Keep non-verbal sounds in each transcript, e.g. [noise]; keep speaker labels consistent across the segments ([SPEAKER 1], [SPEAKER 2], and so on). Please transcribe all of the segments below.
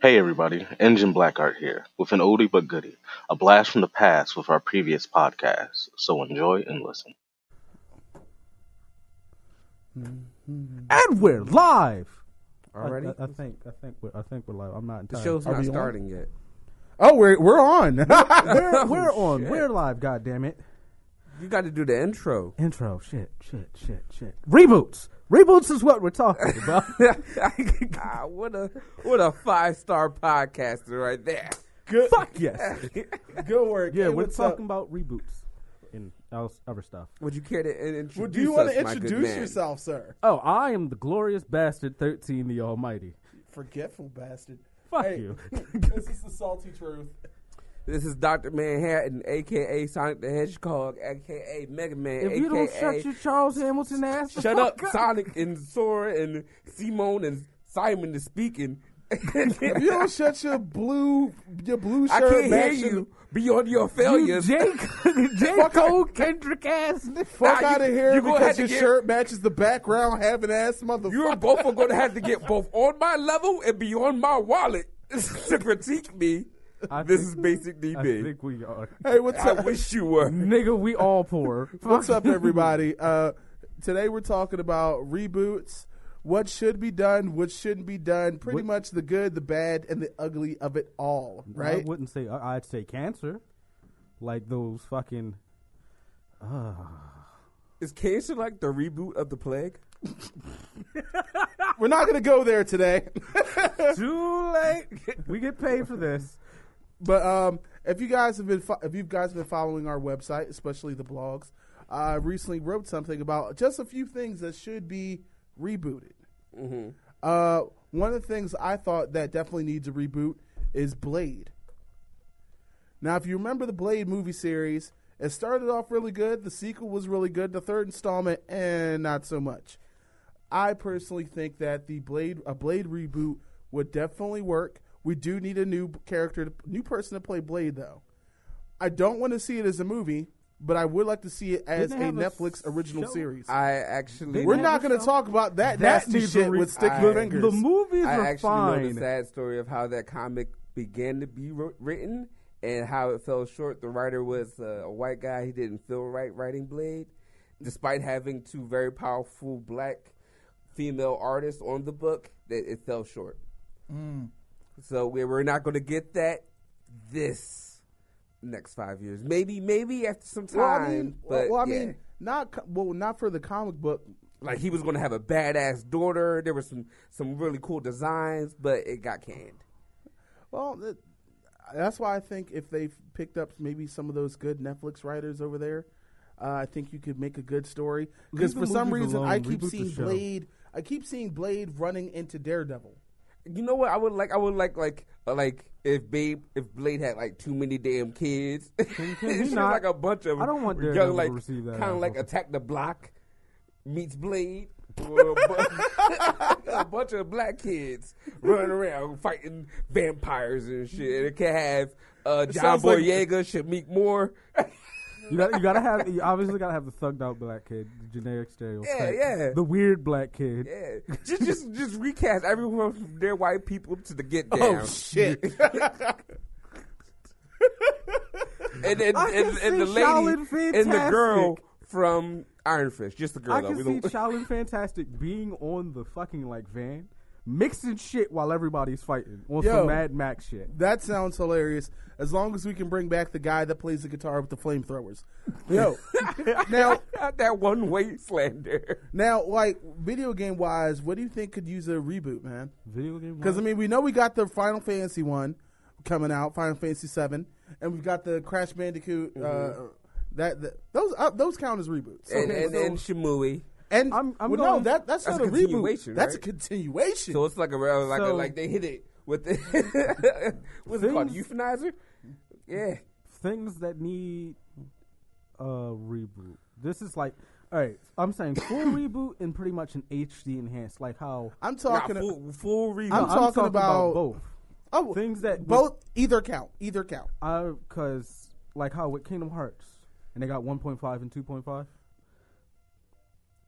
[SPEAKER 1] Hey everybody, Engine Blackheart here with an oldie but goodie, a blast from the past with our previous podcast. So enjoy and listen.
[SPEAKER 2] And we're live.
[SPEAKER 3] Already?
[SPEAKER 4] I, I, I think I think we're, I think we're live. I'm not.
[SPEAKER 3] the
[SPEAKER 4] Entirely.
[SPEAKER 3] show's
[SPEAKER 4] uh, Are
[SPEAKER 3] not
[SPEAKER 4] we on?
[SPEAKER 3] starting yet.
[SPEAKER 4] Oh, we're we're [laughs] on. we're we're on.
[SPEAKER 3] shit.
[SPEAKER 4] We're live. God damn it!
[SPEAKER 3] You got to do the intro. [laughs]
[SPEAKER 4] Intro. Shit. Shit. Shit. Shit. Reboots. Reboots is what we're talking [laughs] about.
[SPEAKER 3] God, Ah, what a what a five star podcaster right there.
[SPEAKER 4] Good. Fuck yes.
[SPEAKER 3] [laughs]
[SPEAKER 5] [laughs] Good work.
[SPEAKER 4] Yeah,
[SPEAKER 5] Hey,
[SPEAKER 4] we're
[SPEAKER 5] what's
[SPEAKER 4] talking about reboots and else other stuff.
[SPEAKER 3] Would you care to in- introduce
[SPEAKER 5] Up? Do you want
[SPEAKER 3] us,
[SPEAKER 5] to
[SPEAKER 3] my good
[SPEAKER 5] introduce
[SPEAKER 3] man?
[SPEAKER 5] yourself, sir?
[SPEAKER 4] Oh, I am the glorious bastard, thirteen, the Almighty.
[SPEAKER 5] Forgetful bastard.
[SPEAKER 4] Fuck you.
[SPEAKER 5] [laughs] this is the salty truth.
[SPEAKER 3] This is Doctor Manhattan, aka Sonic the Hedgehog, aka Mega Man,
[SPEAKER 4] If
[SPEAKER 3] aka
[SPEAKER 4] you don't shut your Charles Hamilton ass, the
[SPEAKER 3] [laughs] Shut
[SPEAKER 4] fuck
[SPEAKER 3] up, Sonic and Sora and Simone and Simon is speaking. [laughs]
[SPEAKER 5] If you don't shut your blue your blue
[SPEAKER 3] I
[SPEAKER 5] shirt
[SPEAKER 3] can't hear
[SPEAKER 5] match
[SPEAKER 3] you.
[SPEAKER 5] your-
[SPEAKER 3] Beyond your
[SPEAKER 4] You [laughs]
[SPEAKER 3] failures,
[SPEAKER 4] Jake, Jake Cole, Kendrick
[SPEAKER 3] [laughs]
[SPEAKER 4] ass. nigga.
[SPEAKER 3] Nah,
[SPEAKER 5] Fuck
[SPEAKER 3] you-
[SPEAKER 5] out of here
[SPEAKER 3] you gonna have
[SPEAKER 5] because
[SPEAKER 3] to
[SPEAKER 5] your
[SPEAKER 3] get-
[SPEAKER 5] shirt matches the background having ass motherfucker.
[SPEAKER 3] You and both are going to have to get both on my level and beyond my wallet [laughs] to critique me.
[SPEAKER 4] I
[SPEAKER 3] this
[SPEAKER 4] think-
[SPEAKER 3] is basic
[SPEAKER 4] I
[SPEAKER 3] DB.
[SPEAKER 4] think we are.
[SPEAKER 5] hey, what's
[SPEAKER 3] I,
[SPEAKER 5] up?
[SPEAKER 3] wish you were.
[SPEAKER 4] Nigga, we all poor.
[SPEAKER 5] [laughs] What's up, everybody? Uh, today we're talking about reboots. What should be done, what shouldn't be done, pretty much the good, the bad, and the ugly of it all,
[SPEAKER 4] I
[SPEAKER 5] right?
[SPEAKER 4] wouldn't say I- I'd say cancer, like those fucking.
[SPEAKER 3] Is cancer like the reboot of the plague?
[SPEAKER 5] We're not going to go there today.
[SPEAKER 4] [laughs]
[SPEAKER 5] [laughs]
[SPEAKER 4] Too late. we get paid for this.
[SPEAKER 5] But um, if you guys have been fo- if you guys have been following our website, especially the blogs, I recently wrote something about just a few things that should be rebooted. Uh, one of the things I thought that definitely needs a reboot is Blade. Now, if you remember the Blade movie series, it started off really good. The sequel was really good. The third installment, and not so much. I personally think that the Blade a Blade reboot would definitely work. We do need a new character, to, new person to play Blade, though. I don't want to see it as a movie, but I would like to see it as a
[SPEAKER 4] Didn't they have a
[SPEAKER 5] Netflix original
[SPEAKER 4] show?
[SPEAKER 5] series.
[SPEAKER 3] I actually.
[SPEAKER 5] We're
[SPEAKER 4] have
[SPEAKER 5] not
[SPEAKER 4] a
[SPEAKER 5] going to
[SPEAKER 4] show?
[SPEAKER 5] talk about that, nasty
[SPEAKER 4] needs a
[SPEAKER 5] shit
[SPEAKER 4] re-
[SPEAKER 5] with sticky
[SPEAKER 3] I-
[SPEAKER 5] fingers.
[SPEAKER 4] The movies
[SPEAKER 3] I
[SPEAKER 4] are
[SPEAKER 3] actually know
[SPEAKER 4] fine.
[SPEAKER 3] the sad story of how that comic began to be wr- written and how it fell short. The writer was uh, a white guy. He didn't feel right writing Blade, despite having two very powerful black female artists on the book. That it fell short.
[SPEAKER 5] Mm.
[SPEAKER 3] So we- we're not going to get that this next five years. Maybe maybe after some time.
[SPEAKER 5] well, I mean,
[SPEAKER 3] but
[SPEAKER 5] well, I
[SPEAKER 3] yeah.
[SPEAKER 5] mean, not co- well, not for the comic book.
[SPEAKER 3] like he was going to have a badass daughter. There were some some really cool designs, but it got canned.
[SPEAKER 5] Well, that, that's why I think if they picked up maybe some of those good Netflix writers over there, uh, I think you could make a good story. Because
[SPEAKER 4] Leave the
[SPEAKER 5] for some
[SPEAKER 4] movies
[SPEAKER 5] reason,
[SPEAKER 4] alone,
[SPEAKER 5] I keep
[SPEAKER 4] reboot the
[SPEAKER 5] seeing
[SPEAKER 4] show.
[SPEAKER 5] Blade. I keep seeing Blade running into Daredevil.
[SPEAKER 3] You know what? I would like. I would like like uh, like if Babe if Blade had like too many damn kids. [laughs]
[SPEAKER 4] can he
[SPEAKER 3] She's
[SPEAKER 4] not?
[SPEAKER 3] like a bunch of
[SPEAKER 4] I don't want
[SPEAKER 3] young
[SPEAKER 4] Daredevil
[SPEAKER 3] like
[SPEAKER 4] to receive that
[SPEAKER 3] kind of
[SPEAKER 4] apple.
[SPEAKER 3] like attack the block meets
[SPEAKER 4] [laughs]
[SPEAKER 3] Blade. Well, a bu- [laughs] a bunch of black kids running around fighting vampires and shit. And it can have uh, John
[SPEAKER 5] sounds like-
[SPEAKER 3] Boyega, Shamik
[SPEAKER 4] [laughs]
[SPEAKER 3] Moore.
[SPEAKER 4] You gotta, you gotta have. You obviously gotta have the thugged out black kid, the generic stereotype.
[SPEAKER 3] yeah.
[SPEAKER 4] The weird black kid.
[SPEAKER 3] Yeah, just just just recast everyone from their white people to the get down.
[SPEAKER 5] Oh shit!
[SPEAKER 3] and and,
[SPEAKER 4] I can
[SPEAKER 3] and, and the
[SPEAKER 4] see
[SPEAKER 3] lady
[SPEAKER 4] Shaolin
[SPEAKER 3] and the girl
[SPEAKER 4] Fantastic.
[SPEAKER 3] from Iron Fist, just the girl.
[SPEAKER 4] I
[SPEAKER 3] though.
[SPEAKER 4] can
[SPEAKER 3] We
[SPEAKER 4] see
[SPEAKER 3] don't- [laughs]
[SPEAKER 4] Shaolin Fantastic being on the fucking like van, mixing shit while everybody's fighting on
[SPEAKER 5] Yo.
[SPEAKER 4] some Mad Max shit.
[SPEAKER 5] [laughs] that sounds hilarious. As long as we can bring back the guy that plays the guitar with
[SPEAKER 3] [laughs]
[SPEAKER 5] the flamethrowers. Yo, now
[SPEAKER 3] that one
[SPEAKER 4] [laughs]
[SPEAKER 3] wastelander.
[SPEAKER 5] now like video game wise, what do you think could use a reboot, man?
[SPEAKER 4] Video game.
[SPEAKER 5] Because I mean, we know we got the Final Fantasy one coming out, Final Fantasy seven, and we've got the Crash Bandicoot. Uh, that, that those uh, those count as reboots.
[SPEAKER 3] Mm-hmm. and
[SPEAKER 5] Okay,
[SPEAKER 3] and,
[SPEAKER 5] so-
[SPEAKER 3] and Shimui.
[SPEAKER 5] and-
[SPEAKER 4] I'm- I'm
[SPEAKER 5] well, no,
[SPEAKER 4] going-
[SPEAKER 5] that that's,
[SPEAKER 3] That's
[SPEAKER 5] not
[SPEAKER 3] a
[SPEAKER 5] a, reboot.
[SPEAKER 3] continuation,
[SPEAKER 5] That's a
[SPEAKER 3] right?
[SPEAKER 5] continuation.
[SPEAKER 3] So it's like a real- like a,
[SPEAKER 4] So-
[SPEAKER 3] like they hit it with the [laughs] what's it called
[SPEAKER 4] Things-
[SPEAKER 3] euthanizer. Yeah,
[SPEAKER 4] things that need a reboot. This is like, all right, I'm saying
[SPEAKER 5] [coughs]
[SPEAKER 4] full reboot and pretty much an HD enhanced, like how
[SPEAKER 5] I'm
[SPEAKER 3] Nah,
[SPEAKER 5] talking.
[SPEAKER 3] full, full reboot.
[SPEAKER 5] I'm
[SPEAKER 4] I'm
[SPEAKER 5] talking about-
[SPEAKER 4] both.
[SPEAKER 5] oh,
[SPEAKER 4] things that would-
[SPEAKER 5] both either count, either count.
[SPEAKER 4] I because like how with Kingdom Hearts and they got 1.5 and 2.5.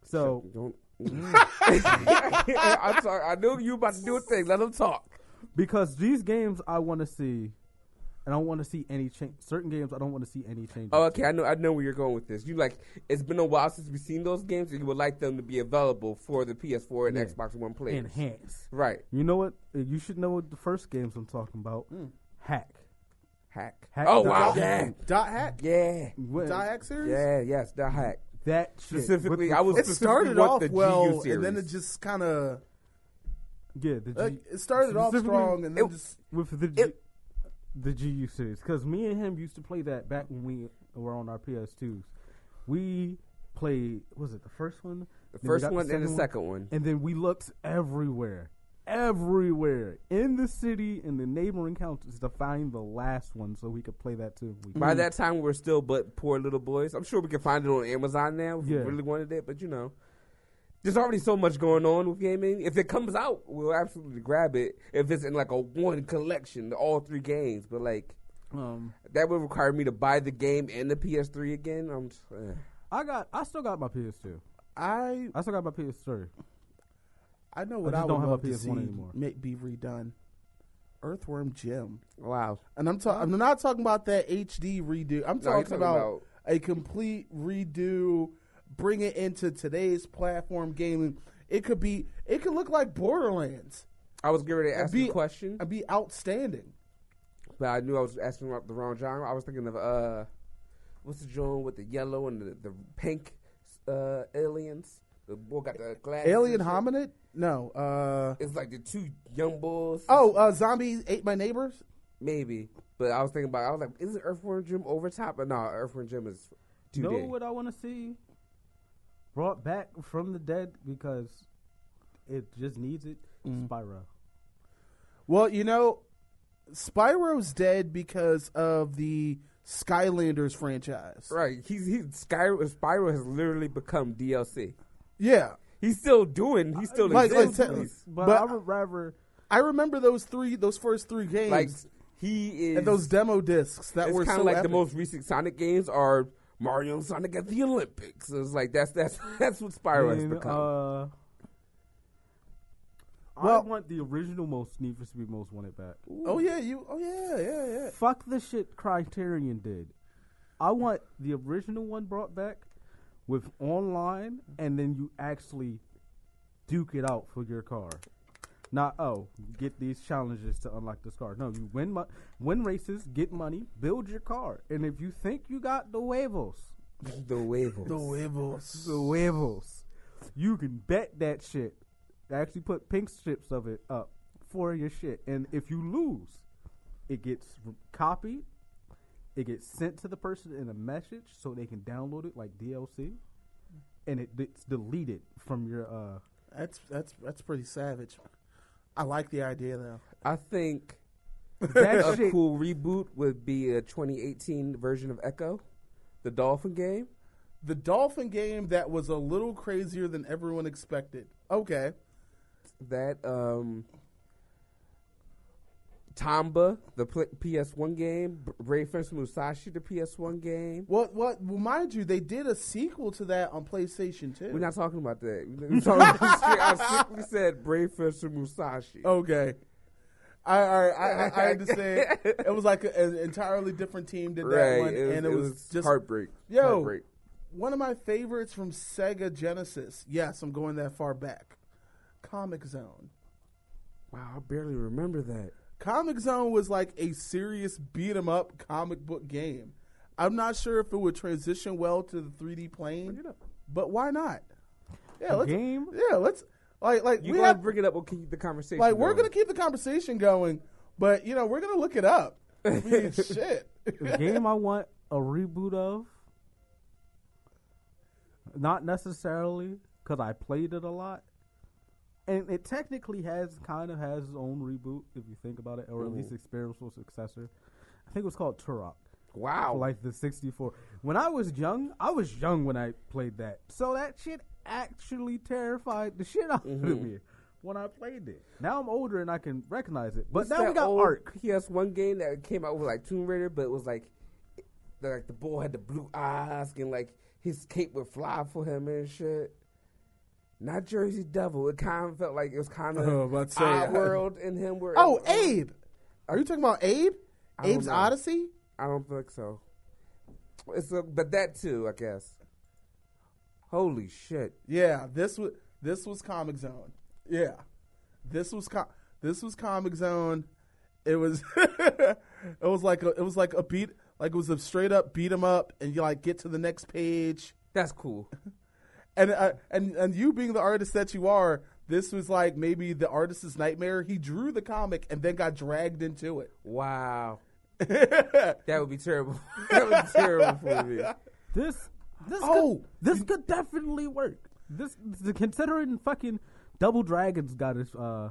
[SPEAKER 4] So
[SPEAKER 3] mm. [laughs] Don't. I'm sorry. I knew you about to do a thing. Let them talk.
[SPEAKER 4] because these games I want to see, and I want to see any change. Certain games I don't want to see any changes.
[SPEAKER 3] Oh, okay. I know. I know where you're going with this. You like it's been a while since we've seen those games, and you would like them to be available for the PS4 and
[SPEAKER 4] Yeah.
[SPEAKER 3] Xbox One
[SPEAKER 4] to.
[SPEAKER 3] players.
[SPEAKER 4] enhance.
[SPEAKER 3] Right.
[SPEAKER 4] You know what? Uh, You should know what the first games I'm talking about.
[SPEAKER 5] Hmm.
[SPEAKER 4] Hack.
[SPEAKER 3] Hack.
[SPEAKER 4] Hack
[SPEAKER 3] oh
[SPEAKER 4] the
[SPEAKER 3] wow.
[SPEAKER 4] Dot
[SPEAKER 3] Yeah.
[SPEAKER 4] Hack.
[SPEAKER 5] Dot Hack?
[SPEAKER 3] Yeah.
[SPEAKER 4] When-
[SPEAKER 5] Dot Hack series?
[SPEAKER 3] Yeah. Yes. The hack.
[SPEAKER 4] That shit. with
[SPEAKER 3] Specifically,
[SPEAKER 4] the
[SPEAKER 3] I was-
[SPEAKER 4] fu-
[SPEAKER 5] It started
[SPEAKER 3] Specifically what
[SPEAKER 5] off
[SPEAKER 3] the GU
[SPEAKER 5] well,
[SPEAKER 3] series.
[SPEAKER 5] and then it just kind of.
[SPEAKER 4] yeah. The G,
[SPEAKER 5] Like, it started off
[SPEAKER 4] specifically
[SPEAKER 5] strong, and then
[SPEAKER 3] it-
[SPEAKER 5] just.
[SPEAKER 4] with the G,
[SPEAKER 3] it-
[SPEAKER 4] the GU series because me and him used to play that back when we were on our PS2s. We played was it the first one? Then
[SPEAKER 3] The
[SPEAKER 4] we
[SPEAKER 3] first
[SPEAKER 4] got
[SPEAKER 3] one and the second one.
[SPEAKER 4] And then we looked everywhere, everywhere in the city and the neighboring counties to find the last one so we could play that too. We-
[SPEAKER 3] By that time, we were still but poor little boys. I'm sure we can find it on Amazon now if
[SPEAKER 4] Yeah.
[SPEAKER 3] we really wanted it, but you know. There's already so much going on with gaming. If it comes out, we'll absolutely grab it. If it's in like a one collection, all three games, but like
[SPEAKER 4] um,
[SPEAKER 3] that would require me to buy the game and the PS3 again. I'm just, eh.
[SPEAKER 4] I got I still got my PS2.
[SPEAKER 5] I
[SPEAKER 4] I still got my PS3.
[SPEAKER 5] I know what I,
[SPEAKER 4] just
[SPEAKER 5] would
[SPEAKER 4] don't have a
[SPEAKER 5] love to
[SPEAKER 4] PS1
[SPEAKER 5] see
[SPEAKER 4] anymore.
[SPEAKER 5] make be redone. Earthworm Jim,
[SPEAKER 3] wow.
[SPEAKER 5] and I'm talking. I'm not talking about that HD redo. I'm
[SPEAKER 3] No, you're
[SPEAKER 5] talking,
[SPEAKER 3] talking
[SPEAKER 5] about,
[SPEAKER 3] about-
[SPEAKER 5] a complete redo. Bring it into today's platform gaming. It could be. It could look like Borderlands.
[SPEAKER 3] I was getting ready to
[SPEAKER 5] It'd
[SPEAKER 3] ask
[SPEAKER 5] be
[SPEAKER 3] you a question,
[SPEAKER 5] It'd be outstanding.
[SPEAKER 3] but I knew I was asking about the wrong genre. I was thinking of uh, what's the genre with the yellow and the, the pink uh, aliens? The boy got the glasses.
[SPEAKER 5] Alien
[SPEAKER 3] and shit.
[SPEAKER 5] hominid? No. Uh,
[SPEAKER 3] It's like the two young bulls.
[SPEAKER 5] oh, uh, zombies ate my neighbors.
[SPEAKER 3] maybe. But I was thinking about. I was like, isn't Earthworm Jim over top? But no, Earthworm Jim is two
[SPEAKER 4] know
[SPEAKER 3] day.
[SPEAKER 4] what I want to see brought back from the dead because it just needs it.
[SPEAKER 3] Mm.
[SPEAKER 4] Spyro.
[SPEAKER 5] Well, you know, Spyro's dead because of the Skylanders franchise.
[SPEAKER 3] Right? He's he's Spyro, Spyro has literally become DLC.
[SPEAKER 5] Yeah.
[SPEAKER 3] He's still doing. He's still
[SPEAKER 5] Like- like
[SPEAKER 3] existing.
[SPEAKER 5] Tetris.
[SPEAKER 3] He's-
[SPEAKER 4] But,
[SPEAKER 5] But-
[SPEAKER 4] I would rather
[SPEAKER 5] I remember those three, those first three games,
[SPEAKER 3] like he is.
[SPEAKER 5] and those demo discs that
[SPEAKER 3] it's
[SPEAKER 5] were
[SPEAKER 3] kind of
[SPEAKER 5] so
[SPEAKER 3] like the
[SPEAKER 5] epic.
[SPEAKER 3] most recent Sonic games are Mario and Sonic at the Olympics. So it's like that's [laughs] that's that's what Spyro has
[SPEAKER 4] then,
[SPEAKER 3] become.
[SPEAKER 4] uh, I
[SPEAKER 5] Well-
[SPEAKER 4] want the original most Need for Speed most wanted back.
[SPEAKER 5] Oh yeah, you. Oh yeah, yeah, yeah.
[SPEAKER 4] Fuck the shit Criterion did. I want the original one brought back with online, and then you actually duke it out for your car. Not oh, get these challenges to unlock this car. No, you win mo- win races, get money, build your car, and if you think you got the huevos,
[SPEAKER 3] the Wavels.
[SPEAKER 5] Wibbles.
[SPEAKER 4] the huevos, you can bet that shit. Actually, put pink strips of it up for your shit, and if you lose, it gets r- copied. It gets sent to the person in a message so they can download it like DLC, and it, it's deleted from your uh,
[SPEAKER 5] That's that's that's pretty savage. I like the idea though.
[SPEAKER 3] I think
[SPEAKER 4] That
[SPEAKER 3] a
[SPEAKER 4] shit,
[SPEAKER 3] cool reboot would be a 2018 version of Echo, the Dolphin game.
[SPEAKER 5] The dolphin game that was a little crazier than everyone expected. Okay,
[SPEAKER 3] That um, Tomba, the pl- PS1 game. B- Ray vs Musashi, the PS1 game.
[SPEAKER 5] well, what? Well, mind you, they did a sequel to that on PlayStation 2
[SPEAKER 3] We're not talking about that. [laughs] We're talking about straight- I strictly said Brave vs Musashi.
[SPEAKER 5] Okay. I, I, I, I-
[SPEAKER 3] [laughs]
[SPEAKER 5] I understand. it was like an entirely different team did that one, and it, was, just
[SPEAKER 3] heartbreak.
[SPEAKER 5] Yo,
[SPEAKER 3] heartbreak.
[SPEAKER 5] one of my favorites from Sega Genesis. Yes, I'm going that far back. Comic Zone.
[SPEAKER 3] Wow, I barely remember that.
[SPEAKER 5] Comic Zone was like a serious beat 'em up comic book game. I'm not sure if it would transition well to the 3D plane, but why not?
[SPEAKER 4] A
[SPEAKER 5] Yeah, let's,
[SPEAKER 4] game?
[SPEAKER 5] Yeah, let's like like
[SPEAKER 3] You
[SPEAKER 5] we
[SPEAKER 3] gotta
[SPEAKER 5] have
[SPEAKER 3] bring it up. We'll keep the conversation.
[SPEAKER 5] Like we're
[SPEAKER 3] going.
[SPEAKER 5] gonna keep the conversation going, but you know we're gonna look it up. I
[SPEAKER 3] [laughs]
[SPEAKER 5] mean, shit.
[SPEAKER 4] the game I want a reboot of. Not necessarily because I played it a lot, and it technically has kind of has its own reboot if you think about it, or at
[SPEAKER 3] Mm-hmm.
[SPEAKER 4] least experimental successor. I think it was called Turok.
[SPEAKER 3] Wow.
[SPEAKER 4] for, like the 64. When I was young, I was young when I played that. So that shit actually terrified the shit out
[SPEAKER 3] Mm-hmm.
[SPEAKER 4] of me when I played it. Now I'm older and I can recognize it. But
[SPEAKER 3] What's
[SPEAKER 4] now we
[SPEAKER 3] that
[SPEAKER 4] got
[SPEAKER 3] old
[SPEAKER 4] Ark.
[SPEAKER 3] PS1 game that came out with like Tomb Raider, but it was like, the- like the boy had the blue eyes and like his cape would fly for him and shit. Not Jersey Devil. It kind of felt like it was kind of
[SPEAKER 5] Oh, I'm about to say,
[SPEAKER 3] Odd
[SPEAKER 5] [laughs] I-
[SPEAKER 3] World in him. Where
[SPEAKER 5] Oh, Abe. Are you talking about Abe?
[SPEAKER 3] I don't
[SPEAKER 5] Abe's
[SPEAKER 3] know.
[SPEAKER 5] Odyssey?
[SPEAKER 3] I don't think so. It's a, but that too, I guess. Holy shit!
[SPEAKER 5] Yeah, this was this was Comic Zone. Yeah, this was com- this was Comic Zone. It was [laughs] it was like a, it was like a beat like it was a straight up beat 'em up, and you like get to the next page,
[SPEAKER 3] That's cool.
[SPEAKER 5] and uh, and and you being the artist that you are, this was like maybe the artist's nightmare. He drew the comic and then got dragged into it.
[SPEAKER 3] Wow. that would be terrible. [laughs] that would be terrible for me.
[SPEAKER 4] This this
[SPEAKER 5] Oh!
[SPEAKER 4] could, this could definitely work. This the considering fucking Double Dragons got a uh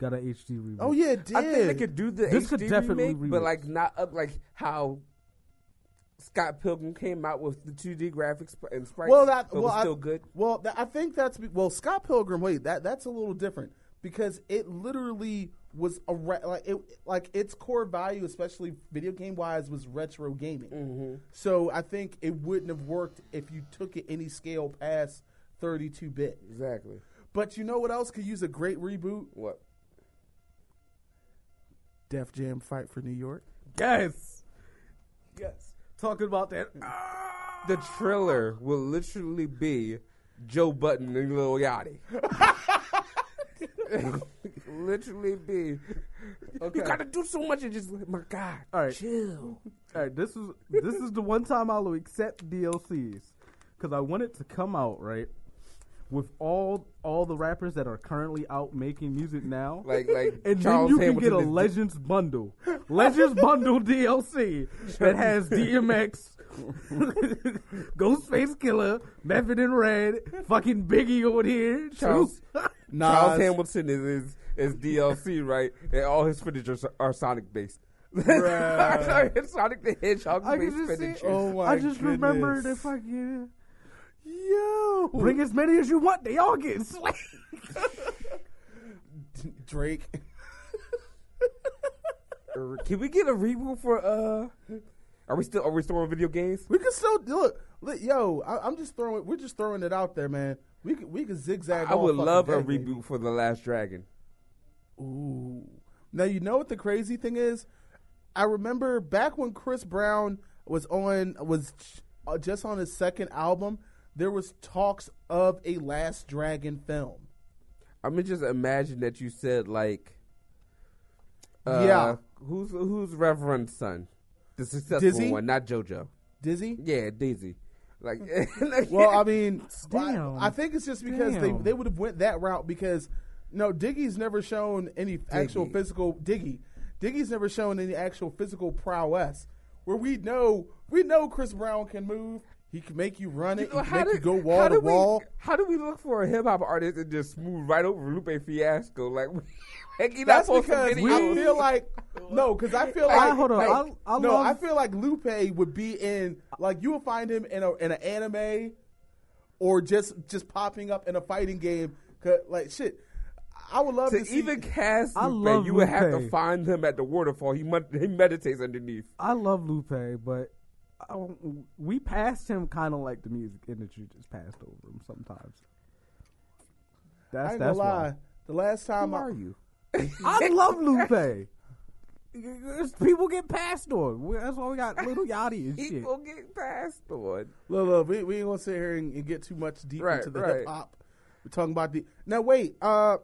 [SPEAKER 4] got a HD remake.
[SPEAKER 5] Oh yeah, it did.
[SPEAKER 3] I think they could do the
[SPEAKER 4] This
[SPEAKER 3] HD
[SPEAKER 4] could definitely
[SPEAKER 3] remake,
[SPEAKER 4] remix.
[SPEAKER 3] but like not up like how Scott Pilgrim came out with the 2D graphics sp- and sprites.
[SPEAKER 5] well, that
[SPEAKER 3] but
[SPEAKER 5] well,
[SPEAKER 3] was
[SPEAKER 5] I,
[SPEAKER 3] still good.
[SPEAKER 5] Well, that, I think that's be- well Scott Pilgrim. Wait, that that's a little different because it literally was a re- like it like its core value, especially video game wise, was retro gaming.
[SPEAKER 3] Mm-hmm.
[SPEAKER 5] So I think it wouldn't have worked if you took it any scale past thirty two bit.
[SPEAKER 3] Exactly.
[SPEAKER 5] But you know what else could use a great reboot?
[SPEAKER 3] What?
[SPEAKER 5] Def Jam Fight for New York. [laughs]
[SPEAKER 4] yes. Yes. Talking about that. ah,
[SPEAKER 3] The trailer will literally be Joe Button and Lil Yachty. [laughs] literally be. You gotta do so much and just like, my God.
[SPEAKER 4] All right.
[SPEAKER 3] Chill.
[SPEAKER 4] All right, this is this is the one time I will accept DLCs because I want it to come out right with all all the rappers that are currently out making music now.
[SPEAKER 3] Like like
[SPEAKER 4] and
[SPEAKER 3] Charles
[SPEAKER 4] then you
[SPEAKER 3] Hamilton
[SPEAKER 4] can get a
[SPEAKER 3] is-
[SPEAKER 4] Legends bundle, Legends bundle [laughs] DLC that has DMX, [laughs] Ghostface Killer, Method and Red, fucking Biggie over here.
[SPEAKER 3] Charles-
[SPEAKER 4] Truth.
[SPEAKER 3] Charles
[SPEAKER 5] Nas.
[SPEAKER 3] Hamilton is, is is DLC, right? And all his footage are, are Sonic based. [laughs]
[SPEAKER 5] Bruh.
[SPEAKER 3] It's Sonic the
[SPEAKER 4] [laughs]
[SPEAKER 3] Hedgehog
[SPEAKER 4] I
[SPEAKER 3] based
[SPEAKER 4] can just see.
[SPEAKER 3] footage.
[SPEAKER 5] Oh my
[SPEAKER 4] I just remembered the
[SPEAKER 5] goodness.
[SPEAKER 4] fucking.
[SPEAKER 5] oh, Yo,
[SPEAKER 4] Bring as many as you want. They all get [laughs] slapped.
[SPEAKER 5] Drake. [laughs]
[SPEAKER 3] Er, Can we get a reboot for uh? Are we still are we still on video games?
[SPEAKER 5] We can still look. look yo, I, I'm just throwing. We're just throwing it out there, man. We could we could zigzag.
[SPEAKER 3] I
[SPEAKER 5] all
[SPEAKER 3] would
[SPEAKER 5] fucking
[SPEAKER 3] love
[SPEAKER 5] day,
[SPEAKER 3] a
[SPEAKER 5] baby.
[SPEAKER 3] reboot for The Last Dragon.
[SPEAKER 5] Ooh. Now you know what the crazy thing is? I remember back when Chris Brown was on was uh, just on his second album, there was talks of a Last Dragon film.
[SPEAKER 3] I mean, just imagine that you said like, uh,
[SPEAKER 5] Yeah.
[SPEAKER 3] who's who's Reverend's son, the successful
[SPEAKER 5] Dizzy?
[SPEAKER 3] one, not JoJo.
[SPEAKER 5] Dizzy?
[SPEAKER 3] Yeah, Daisy. Like, [laughs]
[SPEAKER 5] Well, I mean,
[SPEAKER 4] Damn.
[SPEAKER 5] I, I think it's just because
[SPEAKER 4] Damn.
[SPEAKER 5] they they would have went that route because no, Diggy's never shown any actual
[SPEAKER 3] Diggy.
[SPEAKER 5] physical Diggy. Diggy's never shown any actual physical prowess. Where we know we know Chris Brown can move. He can make you run it.
[SPEAKER 3] Well,
[SPEAKER 5] he can make you go wall to
[SPEAKER 3] we,
[SPEAKER 5] wall.
[SPEAKER 3] How do we look for a hip hop artist and just smooth right over Lupe Fiasco? Like, [laughs] we, like he not
[SPEAKER 5] That's
[SPEAKER 3] supposed to
[SPEAKER 5] because
[SPEAKER 3] be
[SPEAKER 5] I feel like no, because I feel
[SPEAKER 4] I-
[SPEAKER 5] like
[SPEAKER 4] hold on,
[SPEAKER 5] like,
[SPEAKER 4] I'll- I'll
[SPEAKER 5] no,
[SPEAKER 4] love-
[SPEAKER 5] I feel like Lupe would be in like you will find him in a in an anime, or just just popping up in a fighting game. 'Cause, Like shit, I would love to,
[SPEAKER 3] to
[SPEAKER 5] see-
[SPEAKER 3] even cast
[SPEAKER 4] I
[SPEAKER 3] Lupe,
[SPEAKER 4] love
[SPEAKER 3] you would have to
[SPEAKER 4] Lupe.
[SPEAKER 3] find him at the waterfall. He mud- he meditates underneath.
[SPEAKER 4] I love Lupe, but I don't- we passed him kind of like the music industry just passed over him sometimes.
[SPEAKER 5] I
[SPEAKER 4] That's
[SPEAKER 5] ain't gonna
[SPEAKER 4] that's
[SPEAKER 5] lie.
[SPEAKER 4] why.
[SPEAKER 5] The last time
[SPEAKER 3] Who
[SPEAKER 5] I,
[SPEAKER 3] are you?
[SPEAKER 4] I
[SPEAKER 3] [laughs]
[SPEAKER 4] love Lupe. There's people get passed on. We- That's why we got Little Yachty and shit.
[SPEAKER 3] People get passed on.
[SPEAKER 5] look, look, we, we ain't gonna sit here and, and get too much deep
[SPEAKER 3] Right,
[SPEAKER 5] into the
[SPEAKER 3] right.
[SPEAKER 5] hip hop. We're talking about the now. Wait, uh,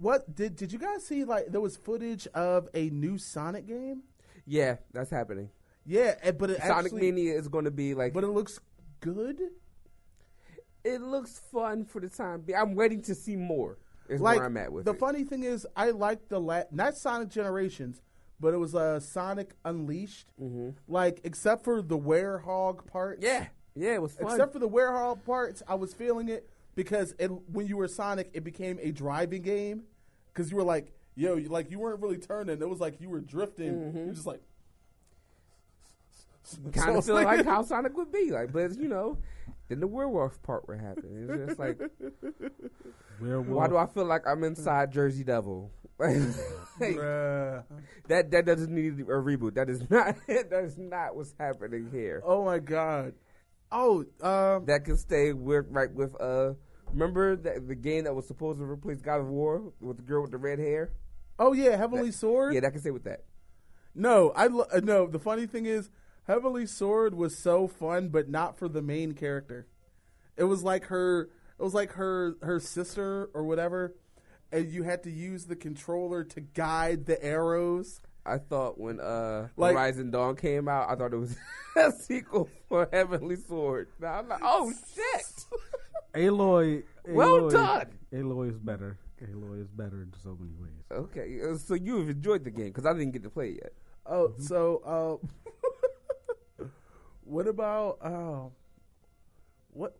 [SPEAKER 5] what did did you guys see? Like there was footage of a new Sonic game.
[SPEAKER 3] Yeah, that's happening.
[SPEAKER 5] Yeah, eh, but it
[SPEAKER 3] Sonic
[SPEAKER 5] actually,
[SPEAKER 3] Mania is going to be like.
[SPEAKER 5] but uh, it looks good.
[SPEAKER 3] it looks fun for the time being. I'm waiting to see more. Is
[SPEAKER 5] like
[SPEAKER 3] where I'm at with
[SPEAKER 5] the
[SPEAKER 3] it.
[SPEAKER 5] funny thing is i like the la- not sonic generations but it was uh, sonic unleashed like except for the werehog part
[SPEAKER 3] Mm-hmm. yeah, yeah, it was fun.
[SPEAKER 5] except for the werehog parts i was feeling it because it when you were sonic it became a driving game because you were like yo you, like you weren't really turning it was like you were drifting
[SPEAKER 3] Mm-hmm. [laughs]
[SPEAKER 5] you're just like
[SPEAKER 3] kind of
[SPEAKER 5] So
[SPEAKER 3] feel
[SPEAKER 5] it's [laughs]
[SPEAKER 3] like how Sonic would be like, but you know, then the werewolf part would happen. It's just like, why do I feel like I'm inside Jersey Devil? [laughs] Like,
[SPEAKER 5] Bruh.
[SPEAKER 3] that that doesn't need a reboot. That is not [laughs] that is not what's happening here.
[SPEAKER 5] oh my god oh um
[SPEAKER 3] That can stay with right with uh Remember that the game that was supposed to replace God of War with the girl with the red hair?
[SPEAKER 5] Oh yeah, Heavenly Sword.
[SPEAKER 3] Yeah, that can stay with that.
[SPEAKER 5] No, I lo- uh, no. The funny thing is, Heavenly Sword was so fun, but not for the main character. It was like her. It was like her her sister or whatever, and you had to use the controller to guide the arrows.
[SPEAKER 3] I thought when uh,
[SPEAKER 5] Like-
[SPEAKER 3] Horizon Dawn came out, I thought it was [laughs] a sequel for Heavenly Sword. Now I'm like, oh
[SPEAKER 5] [laughs]
[SPEAKER 3] shit!
[SPEAKER 4] Aloy.
[SPEAKER 3] Well
[SPEAKER 4] Aloy-
[SPEAKER 3] done.
[SPEAKER 4] Aloy is better. Aloy is better in so many ways.
[SPEAKER 3] okay, uh, so you've enjoyed the game because I didn't get to play it yet.
[SPEAKER 5] Oh,
[SPEAKER 3] Mm-hmm.
[SPEAKER 5] so uh, [laughs] what about uh, what?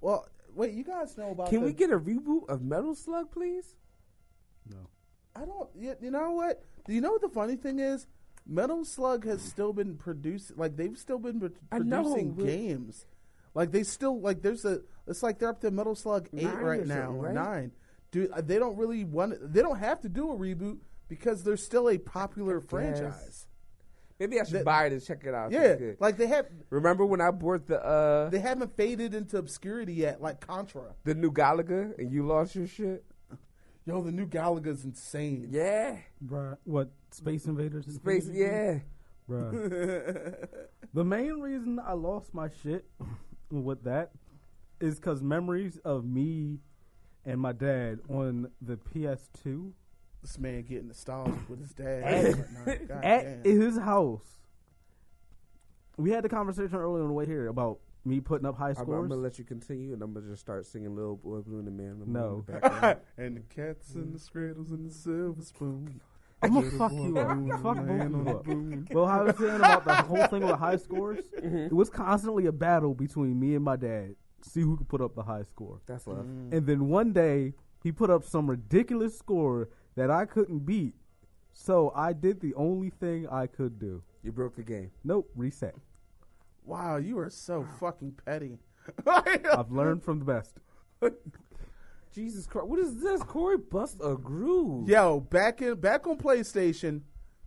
[SPEAKER 5] Well, wait, you guys know about?
[SPEAKER 3] Can
[SPEAKER 5] the-
[SPEAKER 3] we get a reboot of Metal Slug, please?
[SPEAKER 4] No.
[SPEAKER 5] I don't. You, you know what? Do you know what the funny thing is? Metal Slug has still been producing. Like they've still been pro-
[SPEAKER 3] I know,
[SPEAKER 5] producing
[SPEAKER 3] but-
[SPEAKER 5] games. Like they still like there's a. It's like they're up to Metal Slug eight
[SPEAKER 3] Nine
[SPEAKER 5] right
[SPEAKER 3] or
[SPEAKER 5] now,
[SPEAKER 3] something,
[SPEAKER 5] or
[SPEAKER 3] right?
[SPEAKER 5] nine. Dude, uh, they don't really want. They don't have to do a reboot because they're still a popular franchise.
[SPEAKER 3] Maybe I should
[SPEAKER 5] That-
[SPEAKER 3] buy it and check it out. so
[SPEAKER 5] Yeah,
[SPEAKER 3] it's good.
[SPEAKER 5] like they have.
[SPEAKER 3] remember when I bought the uh,
[SPEAKER 5] They haven't faded into obscurity yet, like Contra.
[SPEAKER 3] the new Galaga and you lost your shit?
[SPEAKER 5] Yo, the new Galaga's insane.
[SPEAKER 3] Yeah,
[SPEAKER 4] Bruh, what? Space Invaders?
[SPEAKER 3] space.
[SPEAKER 5] Mm-hmm.
[SPEAKER 3] Yeah,
[SPEAKER 4] Bruh.
[SPEAKER 5] [laughs]
[SPEAKER 4] the main reason I lost my shit [coughs] with that is because memories of me and my dad on the PS2
[SPEAKER 5] This man getting nostalgic with his dad. and
[SPEAKER 3] [laughs]
[SPEAKER 5] whatnot. God
[SPEAKER 4] at
[SPEAKER 5] damn.
[SPEAKER 4] his house. We had the conversation earlier on the way here about me putting up high
[SPEAKER 3] I'm, I'm
[SPEAKER 4] scores.
[SPEAKER 3] gonna let you continue, and I'm gonna just start singing "Little Boy Blue and the Man." in the Moon
[SPEAKER 4] No.
[SPEAKER 3] in the background.
[SPEAKER 5] [laughs] and the cats and the scraddles and the silver spoon.
[SPEAKER 4] I'm gonna fuck you
[SPEAKER 5] [laughs]
[SPEAKER 4] up. fuck both of you up. Well, I was saying about the whole thing with high scores.
[SPEAKER 5] Mm-hmm.
[SPEAKER 4] It was constantly a battle between me and my dad, see who could put up the high score.
[SPEAKER 3] that's love.
[SPEAKER 5] Mm.
[SPEAKER 4] And then one day he put up some ridiculous score that I couldn't beat. So I did the only thing I could do.
[SPEAKER 3] You broke the game.
[SPEAKER 4] Nope, reset.
[SPEAKER 5] Wow, you are so fucking petty. [laughs]
[SPEAKER 3] Uh,
[SPEAKER 4] I've learned from the best.
[SPEAKER 3] Jesus Christ, what is this? Corey bust a groove.
[SPEAKER 5] Yo, back in back on PlayStation,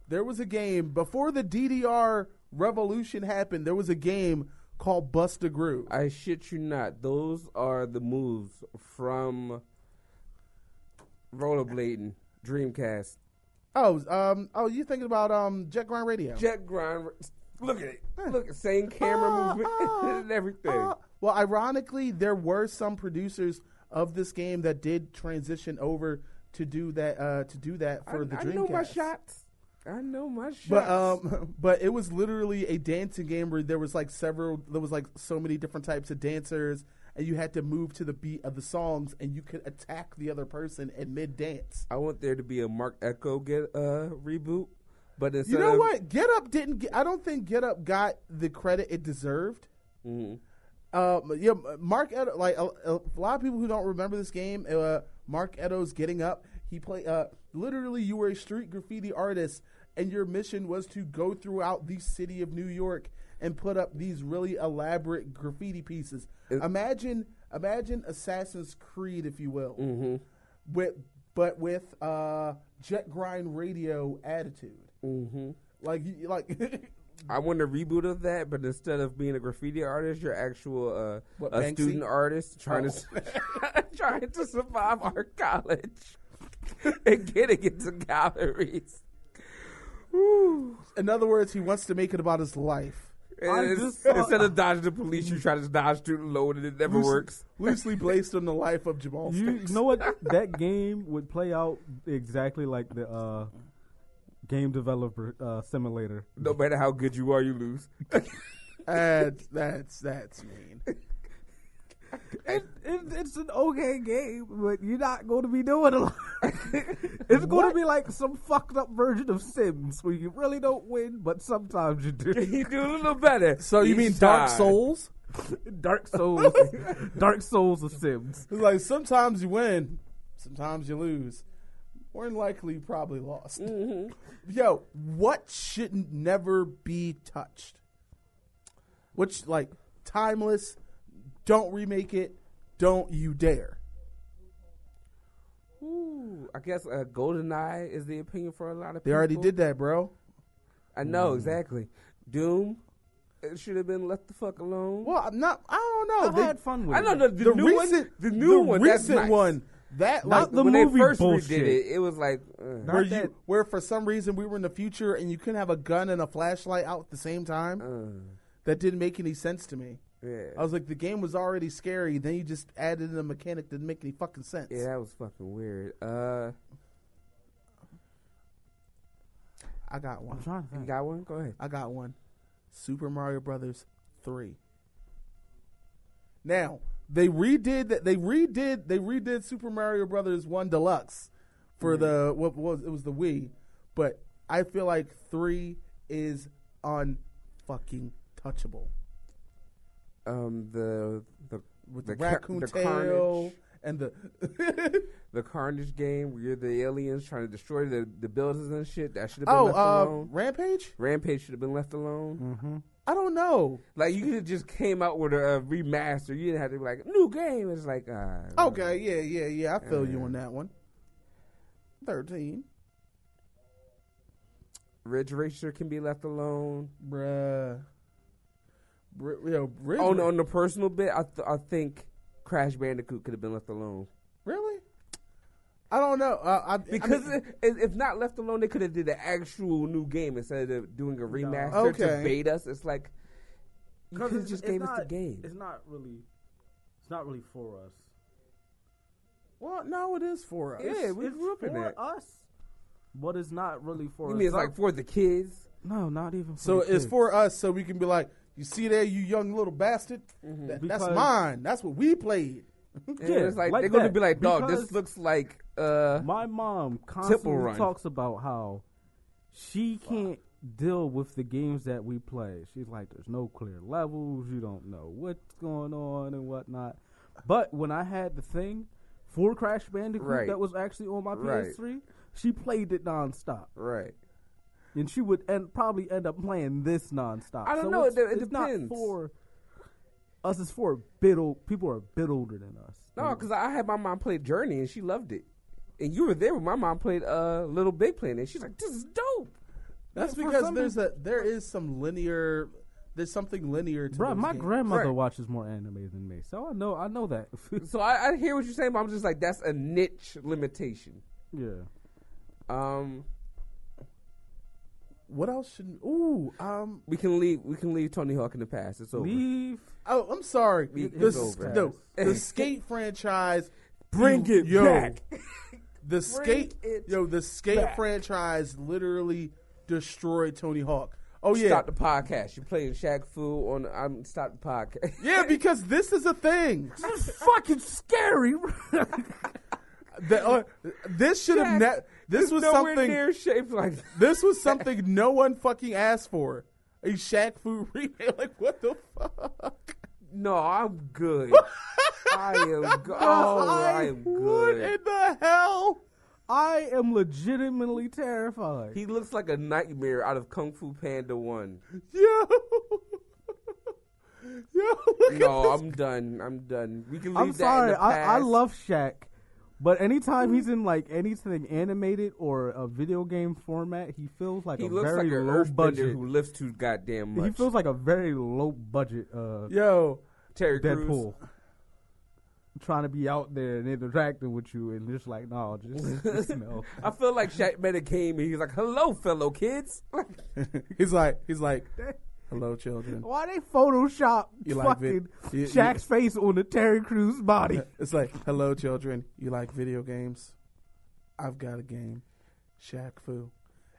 [SPEAKER 5] there was a game before the DDR revolution happened. There was a game called Bust a Groove.
[SPEAKER 3] I shit you not. Those are the moves from rollerblading, Dreamcast,
[SPEAKER 5] Oh, um, oh, you thinking about um Jet Grind Radio?
[SPEAKER 3] Jet Grind. Look at it. Look, same camera
[SPEAKER 5] Ah,
[SPEAKER 3] movement [laughs]
[SPEAKER 5] ah,
[SPEAKER 3] and everything.
[SPEAKER 5] ah. well, ironically, there were some producers of this game that did transition over to do that uh, to do that
[SPEAKER 3] I,
[SPEAKER 5] for the
[SPEAKER 3] I
[SPEAKER 5] Dreamcast.
[SPEAKER 3] know my shots. I know my shots.
[SPEAKER 5] But um, [laughs] but it was literally a dancing game where there was like several, there was like so many different types of dancers, and you had to move to the beat of the songs, and you could attack the other person in mid dance.
[SPEAKER 3] I want there to be a Mark Echo get uh, reboot, but instead
[SPEAKER 5] You know
[SPEAKER 3] of,
[SPEAKER 5] what? Get Up didn't. Get, I don't think Get Up got the credit it deserved.
[SPEAKER 3] Mhm.
[SPEAKER 5] Um, yeah, Mark Edo, like a, a lot of people who don't remember this game, uh, Mark Edo's Getting Up. He play uh, literally you were a street graffiti artist, and your mission was to go throughout the city of New York and put up these really elaborate graffiti pieces. imagine, imagine Assassin's Creed, if you will, with but with uh, jet grind radio attitude. Mm-hmm. Like, you- like. [laughs]
[SPEAKER 3] I want a reboot of that, but instead of being a graffiti artist, you're actual uh,
[SPEAKER 5] What,
[SPEAKER 3] a
[SPEAKER 5] Banksy? Oh.
[SPEAKER 3] student artist trying to [laughs] trying to survive our college [laughs] and getting into galleries. Whew.
[SPEAKER 5] In other words, he wants to make it about his life.
[SPEAKER 4] I
[SPEAKER 3] And
[SPEAKER 4] just
[SPEAKER 3] it's-
[SPEAKER 4] saw-
[SPEAKER 3] instead of dodging the police, you try to dodge student loan, and it never works.
[SPEAKER 5] Loosely based on the life of Jamal
[SPEAKER 4] You you
[SPEAKER 5] Stokes.
[SPEAKER 4] know what? That game would play out exactly like the uh, game developer uh, simulator.
[SPEAKER 3] No matter how good you are, you lose. [laughs]
[SPEAKER 5] That's, that's, that's mean.
[SPEAKER 4] It, it, it's an okay game, but you're not going to be doing a lot. [laughs] it's going to be like some fucked up version of Sims where you really don't win, but sometimes you do.
[SPEAKER 3] you do a little better.
[SPEAKER 5] So you
[SPEAKER 3] each
[SPEAKER 5] mean Dark
[SPEAKER 3] time.
[SPEAKER 5] Souls?
[SPEAKER 4] Dark [laughs] Souls, Dark Souls of Sims.
[SPEAKER 5] It's like sometimes you win, sometimes you lose. More than likely, you probably lost. Yo, what shouldn't never be touched? Which, like, timeless, don't remake it, don't you dare.
[SPEAKER 3] Ooh, I guess uh, GoldenEye is the opinion for a lot of people.
[SPEAKER 5] They Mm. already did that, bro.
[SPEAKER 3] I know exactly. Doom, It should have been left the fuck alone.
[SPEAKER 5] Well, I'm not. I don't know.
[SPEAKER 4] I've
[SPEAKER 5] They-
[SPEAKER 4] had fun with
[SPEAKER 3] I
[SPEAKER 4] it.
[SPEAKER 3] know the, the, new one. The new
[SPEAKER 5] the
[SPEAKER 3] one.
[SPEAKER 5] recent
[SPEAKER 3] that's nice.
[SPEAKER 5] one. That
[SPEAKER 4] Not
[SPEAKER 5] like
[SPEAKER 4] the
[SPEAKER 3] when
[SPEAKER 4] movie
[SPEAKER 3] they first
[SPEAKER 4] bullshit.
[SPEAKER 3] redid it, it was like, uh,
[SPEAKER 4] Not
[SPEAKER 5] where
[SPEAKER 4] that-
[SPEAKER 5] you where for some reason we were in the future and you couldn't have a gun and a flashlight out at the same time. that didn't make any sense to me. I
[SPEAKER 3] yeah,
[SPEAKER 5] was like, the game was already scary. Then you just added in a mechanic that didn't make any fucking sense.
[SPEAKER 3] yeah, that was fucking weird. Uh,
[SPEAKER 5] I got
[SPEAKER 4] I'm
[SPEAKER 5] one.
[SPEAKER 4] trying to
[SPEAKER 3] you
[SPEAKER 4] think.
[SPEAKER 3] got one? Go ahead.
[SPEAKER 5] I got one. Super Mario Brothers three. Now they redid that. They redid. They redid Super Mario Brothers one deluxe for the what was it was the Wii, but I feel like three is unfucking touchable
[SPEAKER 3] Um, the the
[SPEAKER 5] with the,
[SPEAKER 3] the, car-
[SPEAKER 5] raccoon
[SPEAKER 3] the
[SPEAKER 5] tail
[SPEAKER 3] carnage,
[SPEAKER 5] and the
[SPEAKER 3] the carnage game where you're the aliens trying to destroy the the buildings and shit. That should have been
[SPEAKER 5] oh
[SPEAKER 3] left
[SPEAKER 5] uh, Mm-hmm.
[SPEAKER 3] alone.
[SPEAKER 5] Rampage.
[SPEAKER 3] Rampage should have been left alone.
[SPEAKER 5] I don't know.
[SPEAKER 3] Like you could have just came out with a uh, remaster. You didn't have to be like new game. It's like uh,
[SPEAKER 5] Okay, yeah, yeah, yeah. I feel you on that one. Thirteen,
[SPEAKER 3] Ridge Racer can be left alone.
[SPEAKER 5] bruh. Br- yo, Ridge
[SPEAKER 3] On on the personal bit, I th- I think Crash Bandicoot could have been left alone
[SPEAKER 5] Really? I don't know. Uh, I,
[SPEAKER 3] because
[SPEAKER 5] I mean,
[SPEAKER 3] if, if not left alone, they could have did an actual new game instead of doing a remaster
[SPEAKER 5] Okay.
[SPEAKER 3] to bait us. It's like you could
[SPEAKER 4] Because
[SPEAKER 3] have
[SPEAKER 4] it's
[SPEAKER 3] just
[SPEAKER 4] it's
[SPEAKER 3] gave us the
[SPEAKER 4] not-
[SPEAKER 3] game.
[SPEAKER 4] It's not really. It's not really for us.
[SPEAKER 5] well, no, it is for us.
[SPEAKER 3] Yeah, we
[SPEAKER 4] it's
[SPEAKER 3] grew up
[SPEAKER 4] for
[SPEAKER 3] in that.
[SPEAKER 4] us, but it's not really for
[SPEAKER 3] You
[SPEAKER 4] us.
[SPEAKER 3] mean it's
[SPEAKER 4] Not-
[SPEAKER 3] like for the kids?
[SPEAKER 4] no, not even. For
[SPEAKER 5] So
[SPEAKER 4] the
[SPEAKER 5] it's
[SPEAKER 4] kids.
[SPEAKER 5] for us, so we can be like, you see there, you young little bastard. That- that's
[SPEAKER 4] Because-
[SPEAKER 5] mine. That's what we played.
[SPEAKER 3] And it's like,
[SPEAKER 4] like
[SPEAKER 3] they're going to
[SPEAKER 4] that.
[SPEAKER 3] be like, dog, this
[SPEAKER 4] Because-
[SPEAKER 3] looks like uh,
[SPEAKER 4] My mom constantly
[SPEAKER 3] Run.
[SPEAKER 4] talks about how she can't deal with the games that we play. She's like, "There's no clear levels. You don't know what's going on and whatnot." But when I had the thing for Crash Bandicoot
[SPEAKER 3] Right.
[SPEAKER 4] that was actually on my
[SPEAKER 3] Right.
[SPEAKER 4] PS3, she played it nonstop,
[SPEAKER 3] right.
[SPEAKER 4] and she would end probably end up playing this nonstop.
[SPEAKER 3] I don't
[SPEAKER 4] So
[SPEAKER 3] know,
[SPEAKER 4] It's,
[SPEAKER 3] it de- it
[SPEAKER 4] it's
[SPEAKER 3] depends.
[SPEAKER 4] Not for us, it's for a bit old. People are a bit older than us.
[SPEAKER 3] No, because I had my mom play Journey and she loved it. And you were there when my mom played uh, Little Big Planet. And she's like, this is dope.
[SPEAKER 5] That's
[SPEAKER 4] for
[SPEAKER 5] because
[SPEAKER 4] some
[SPEAKER 5] there's a there is some linear. There's something linear to
[SPEAKER 4] Bruh,
[SPEAKER 5] those
[SPEAKER 4] my
[SPEAKER 5] games.
[SPEAKER 4] grandmother
[SPEAKER 3] Right.
[SPEAKER 4] watches more anime than me, so I know I know that. [laughs]
[SPEAKER 3] So I, I hear what you're saying, but I'm just like, that's a niche limitation.
[SPEAKER 4] yeah.
[SPEAKER 3] Um,
[SPEAKER 5] What else should? Ooh, um.
[SPEAKER 3] we can leave. We can leave Tony Hawk in the past. It's over.
[SPEAKER 4] [laughs] Leave.
[SPEAKER 5] Oh, I'm sorry.
[SPEAKER 3] It
[SPEAKER 5] The,
[SPEAKER 3] is
[SPEAKER 5] s-
[SPEAKER 3] over.
[SPEAKER 5] no, the skate franchise.
[SPEAKER 3] Bring
[SPEAKER 5] you-
[SPEAKER 3] it [laughs] back.
[SPEAKER 5] The skate,
[SPEAKER 3] it
[SPEAKER 5] yo, the skate
[SPEAKER 3] back.
[SPEAKER 5] franchise literally destroyed Tony Hawk. Oh yeah,
[SPEAKER 3] Stop the podcast. You're playing Shaq Fu on. I'm stop the podcast.
[SPEAKER 5] yeah, because this is
[SPEAKER 3] [laughs]
[SPEAKER 5] a thing.
[SPEAKER 4] That's fucking scary.
[SPEAKER 5] The- uh, this should have.
[SPEAKER 3] Shaq
[SPEAKER 5] Ne- this
[SPEAKER 3] is
[SPEAKER 5] was
[SPEAKER 3] nowhere
[SPEAKER 5] something.
[SPEAKER 3] near shaped like.
[SPEAKER 5] This
[SPEAKER 3] [laughs]
[SPEAKER 5] was something no one fucking asked for. A Shaq Fu [laughs] remake. Like what the fuck?
[SPEAKER 3] No, I'm good. I am good. Oh, I am
[SPEAKER 5] What
[SPEAKER 3] good.
[SPEAKER 5] in the hell?
[SPEAKER 4] I am legitimately terrified.
[SPEAKER 3] He looks like a nightmare out of Kung Fu Panda One.
[SPEAKER 5] Yo, [laughs] yo, [laughs] look at
[SPEAKER 3] No, I'm done. I'm done. We can leave
[SPEAKER 4] I'm
[SPEAKER 3] that
[SPEAKER 4] sorry.
[SPEAKER 3] in the past.
[SPEAKER 4] I, I love Shaq, but anytime he's in like anything animated or a video game format, he feels like
[SPEAKER 3] He
[SPEAKER 4] a
[SPEAKER 3] looks like
[SPEAKER 4] very
[SPEAKER 3] an
[SPEAKER 4] low
[SPEAKER 3] earthbender
[SPEAKER 4] budget.
[SPEAKER 3] who lifts too goddamn much.
[SPEAKER 4] He feels like a very low budget uh,
[SPEAKER 3] [laughs]
[SPEAKER 5] Yo,
[SPEAKER 3] Terry
[SPEAKER 4] Deadpool.
[SPEAKER 3] Crews.
[SPEAKER 4] Trying to be out there and interacting with you, and just like, no, just,
[SPEAKER 3] [laughs]
[SPEAKER 4] just no.
[SPEAKER 3] I feel like Shaq Meta came and he's like, "Hello, fellow kids." [laughs]
[SPEAKER 5] he's like, he's like, hello, children.
[SPEAKER 4] Why they Photoshop
[SPEAKER 5] You like
[SPEAKER 4] fucking
[SPEAKER 5] vid- you- you-
[SPEAKER 4] Shaq's face on the Terry Crews
[SPEAKER 3] [laughs]
[SPEAKER 4] body?
[SPEAKER 5] It's like, hello, children. You like video games? I've got a game, Shaq Fu.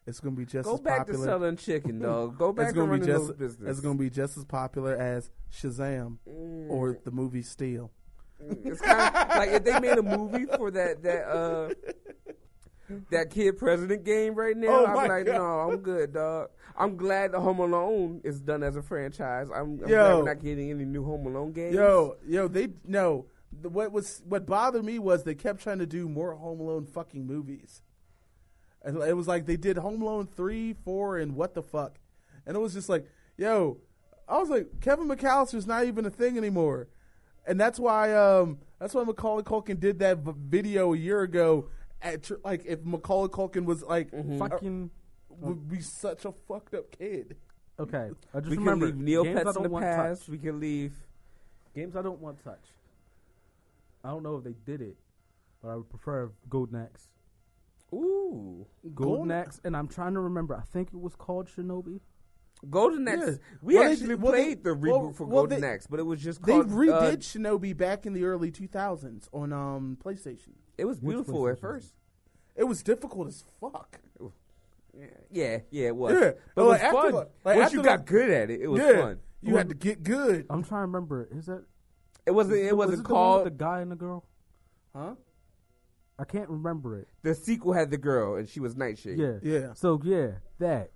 [SPEAKER 5] It's gonna be just
[SPEAKER 3] Go
[SPEAKER 5] as
[SPEAKER 3] back
[SPEAKER 5] popular.
[SPEAKER 3] to selling chicken, dog. Go back
[SPEAKER 5] [laughs] it's
[SPEAKER 3] to
[SPEAKER 5] gonna
[SPEAKER 3] running
[SPEAKER 5] be just
[SPEAKER 3] those business.
[SPEAKER 5] it's gonna be just as popular as Shazam or
[SPEAKER 3] Mm.
[SPEAKER 5] the movie Steel.
[SPEAKER 3] It's kind of like if they made a movie for that that uh that kid president game right now.
[SPEAKER 5] Oh my
[SPEAKER 3] I'm like,
[SPEAKER 5] God.
[SPEAKER 3] no, I'm good, dog. I'm glad the Home Alone is done as a franchise. I'm, I'm glad
[SPEAKER 5] Yo.
[SPEAKER 3] we're not getting any new Home Alone games.
[SPEAKER 5] Yo, yo, they no. The- What was what bothered me was they kept trying to do more Home Alone fucking movies, and it was like they did Home Alone three, four, and what the fuck, and it was just like, yo, I was like Kevin McAllister's not even a thing anymore, and that's why um that's why Macaulay Culkin did that v- video a year ago. At tr- like if Macaulay Culkin was like uh,
[SPEAKER 4] Fucking
[SPEAKER 5] would be such a fucked up kid.
[SPEAKER 4] Okay, I just
[SPEAKER 3] we can
[SPEAKER 4] remember
[SPEAKER 3] leave Neopets
[SPEAKER 4] games I
[SPEAKER 3] in the
[SPEAKER 4] don't want
[SPEAKER 3] past.
[SPEAKER 4] touch.
[SPEAKER 3] We can leave.
[SPEAKER 4] Games I don't want touch. I don't know if they did it, but I would prefer Golden Axe.
[SPEAKER 3] Ooh,
[SPEAKER 4] Golden Axe, and I'm trying to remember. I think it was called Shinobi.
[SPEAKER 3] Golden Axe.
[SPEAKER 5] Yeah.
[SPEAKER 3] We
[SPEAKER 5] Well, they
[SPEAKER 3] actually
[SPEAKER 5] did- well, they-
[SPEAKER 3] played the reboot
[SPEAKER 5] well-
[SPEAKER 3] for
[SPEAKER 5] well,
[SPEAKER 3] Golden
[SPEAKER 5] they-
[SPEAKER 3] Axe, but it was just
[SPEAKER 5] They
[SPEAKER 3] called.
[SPEAKER 5] redid
[SPEAKER 3] uh,
[SPEAKER 5] Shinobi back in the early 2000s on um, PlayStation.
[SPEAKER 3] it was
[SPEAKER 4] Which
[SPEAKER 3] beautiful at
[SPEAKER 4] PlayStation?
[SPEAKER 3] first.
[SPEAKER 5] It was difficult as fuck.
[SPEAKER 3] Yeah, yeah, it was.
[SPEAKER 5] Yeah.
[SPEAKER 3] But it
[SPEAKER 5] Like,
[SPEAKER 3] was
[SPEAKER 5] after
[SPEAKER 3] fun.
[SPEAKER 5] the- like,
[SPEAKER 3] Once
[SPEAKER 5] after
[SPEAKER 3] you
[SPEAKER 5] the-
[SPEAKER 3] got good at it, it was
[SPEAKER 5] yeah,
[SPEAKER 3] fun.
[SPEAKER 5] you had to get good,
[SPEAKER 4] I'm trying to remember. Is that
[SPEAKER 3] It wasn't.
[SPEAKER 4] was it
[SPEAKER 3] It wasn't
[SPEAKER 4] the one with
[SPEAKER 3] called.
[SPEAKER 4] the guy and the girl?
[SPEAKER 5] huh?
[SPEAKER 4] I can't remember it.
[SPEAKER 3] The sequel had the girl, and she was Nightshade.
[SPEAKER 4] Yeah.
[SPEAKER 5] Yeah.
[SPEAKER 4] So yeah,
[SPEAKER 5] [laughs]
[SPEAKER 4] that.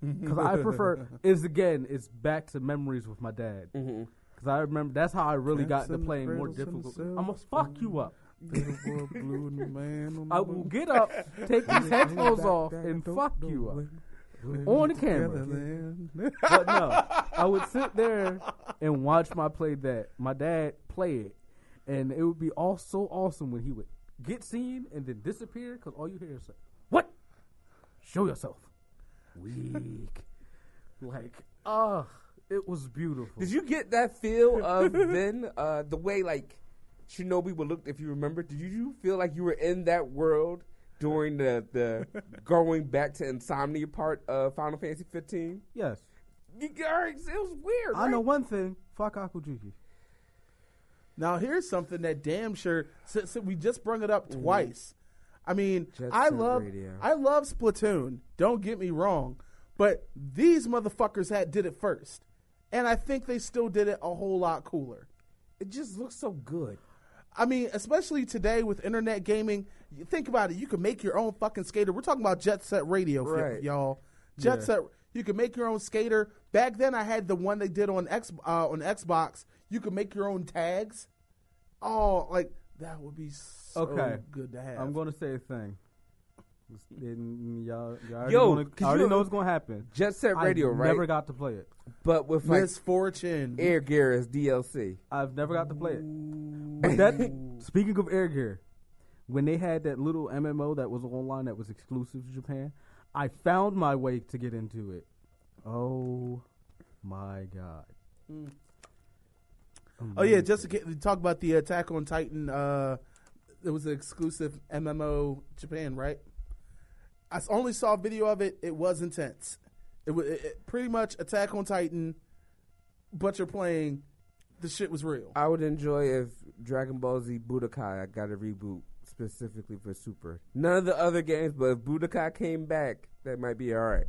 [SPEAKER 4] Because I prefer is again it's back to memories with my dad. Because
[SPEAKER 5] Mm-hmm.
[SPEAKER 4] I remember that's how I really got into
[SPEAKER 5] Captain
[SPEAKER 4] playing more
[SPEAKER 5] Brittles
[SPEAKER 4] difficult.
[SPEAKER 5] himself. Mm-hmm.
[SPEAKER 4] I'm gonna fuck you up.
[SPEAKER 5] Little boy blue and the man on the
[SPEAKER 4] I
[SPEAKER 5] moon.
[SPEAKER 4] will get
[SPEAKER 5] [laughs]
[SPEAKER 4] up, take these headphones off, and fuck you up on the camera.
[SPEAKER 5] Neverland.
[SPEAKER 4] But no, I would sit there and watch my play that my dad play it, and it would be all so awesome when he would get seen and then disappear because all you hear is like, "What? Show yourself." Weak. like, ah, it was beautiful.
[SPEAKER 3] Did you get that
[SPEAKER 5] [laughs]
[SPEAKER 3] feel of then uh, the way like Shinobi would look if you remember? Did you feel like you were in that world during the
[SPEAKER 5] [laughs]
[SPEAKER 3] the going back to insomnia part of Final Fantasy 15?
[SPEAKER 4] yes,
[SPEAKER 3] You, it was weird.
[SPEAKER 4] I know
[SPEAKER 3] right?
[SPEAKER 4] one thing. Fuck Akujuki.
[SPEAKER 5] [laughs] Now here's something that damn sure since since we just brung it up twice. I mean,
[SPEAKER 3] Jet
[SPEAKER 5] I
[SPEAKER 3] Set
[SPEAKER 5] love
[SPEAKER 3] Radio.
[SPEAKER 5] I love Splatoon. Don't get me wrong, but these motherfuckers had did it first, and I think they still did it a whole lot cooler.
[SPEAKER 3] It just looks so good.
[SPEAKER 5] I mean, especially today with internet gaming, you think about it. You can make your own fucking skater. We're talking about Jet Set Radio, y-
[SPEAKER 3] Right.
[SPEAKER 5] y'all. Jet Set. You can make your own skater. Back then, I had the one they did on X uh, on Xbox. You could make your own tags. Oh, like that would be so
[SPEAKER 4] Okay.
[SPEAKER 5] good to have.
[SPEAKER 4] I'm gonna say a thing. Then y'all, y'all already,
[SPEAKER 3] Yo,
[SPEAKER 4] gonna,
[SPEAKER 3] could
[SPEAKER 4] I already
[SPEAKER 3] you-
[SPEAKER 4] know what's gonna happen.
[SPEAKER 3] Jet Set Radio,
[SPEAKER 4] I've
[SPEAKER 3] right?
[SPEAKER 4] Never got to play it.
[SPEAKER 3] but with like
[SPEAKER 5] Misfortune.
[SPEAKER 3] Air Gear as DLC.
[SPEAKER 4] I've never got to play it. But that speaking of Air Gear, when they had that little MMO that was online that was exclusive to Japan, I found my way to get into it. Oh my god!
[SPEAKER 5] oh yeah, just to get, talk about the Attack on Titan. Uh, it was an exclusive MMO Japan, right? I s- only saw a video of it. It was intense. It was it, it- pretty much Attack on Titan, but you're playing. The shit was real.
[SPEAKER 3] I would enjoy if Dragon Ball Z Budokai got a reboot specifically for Super. None of the other games, but if Budokai came back, that might be all right.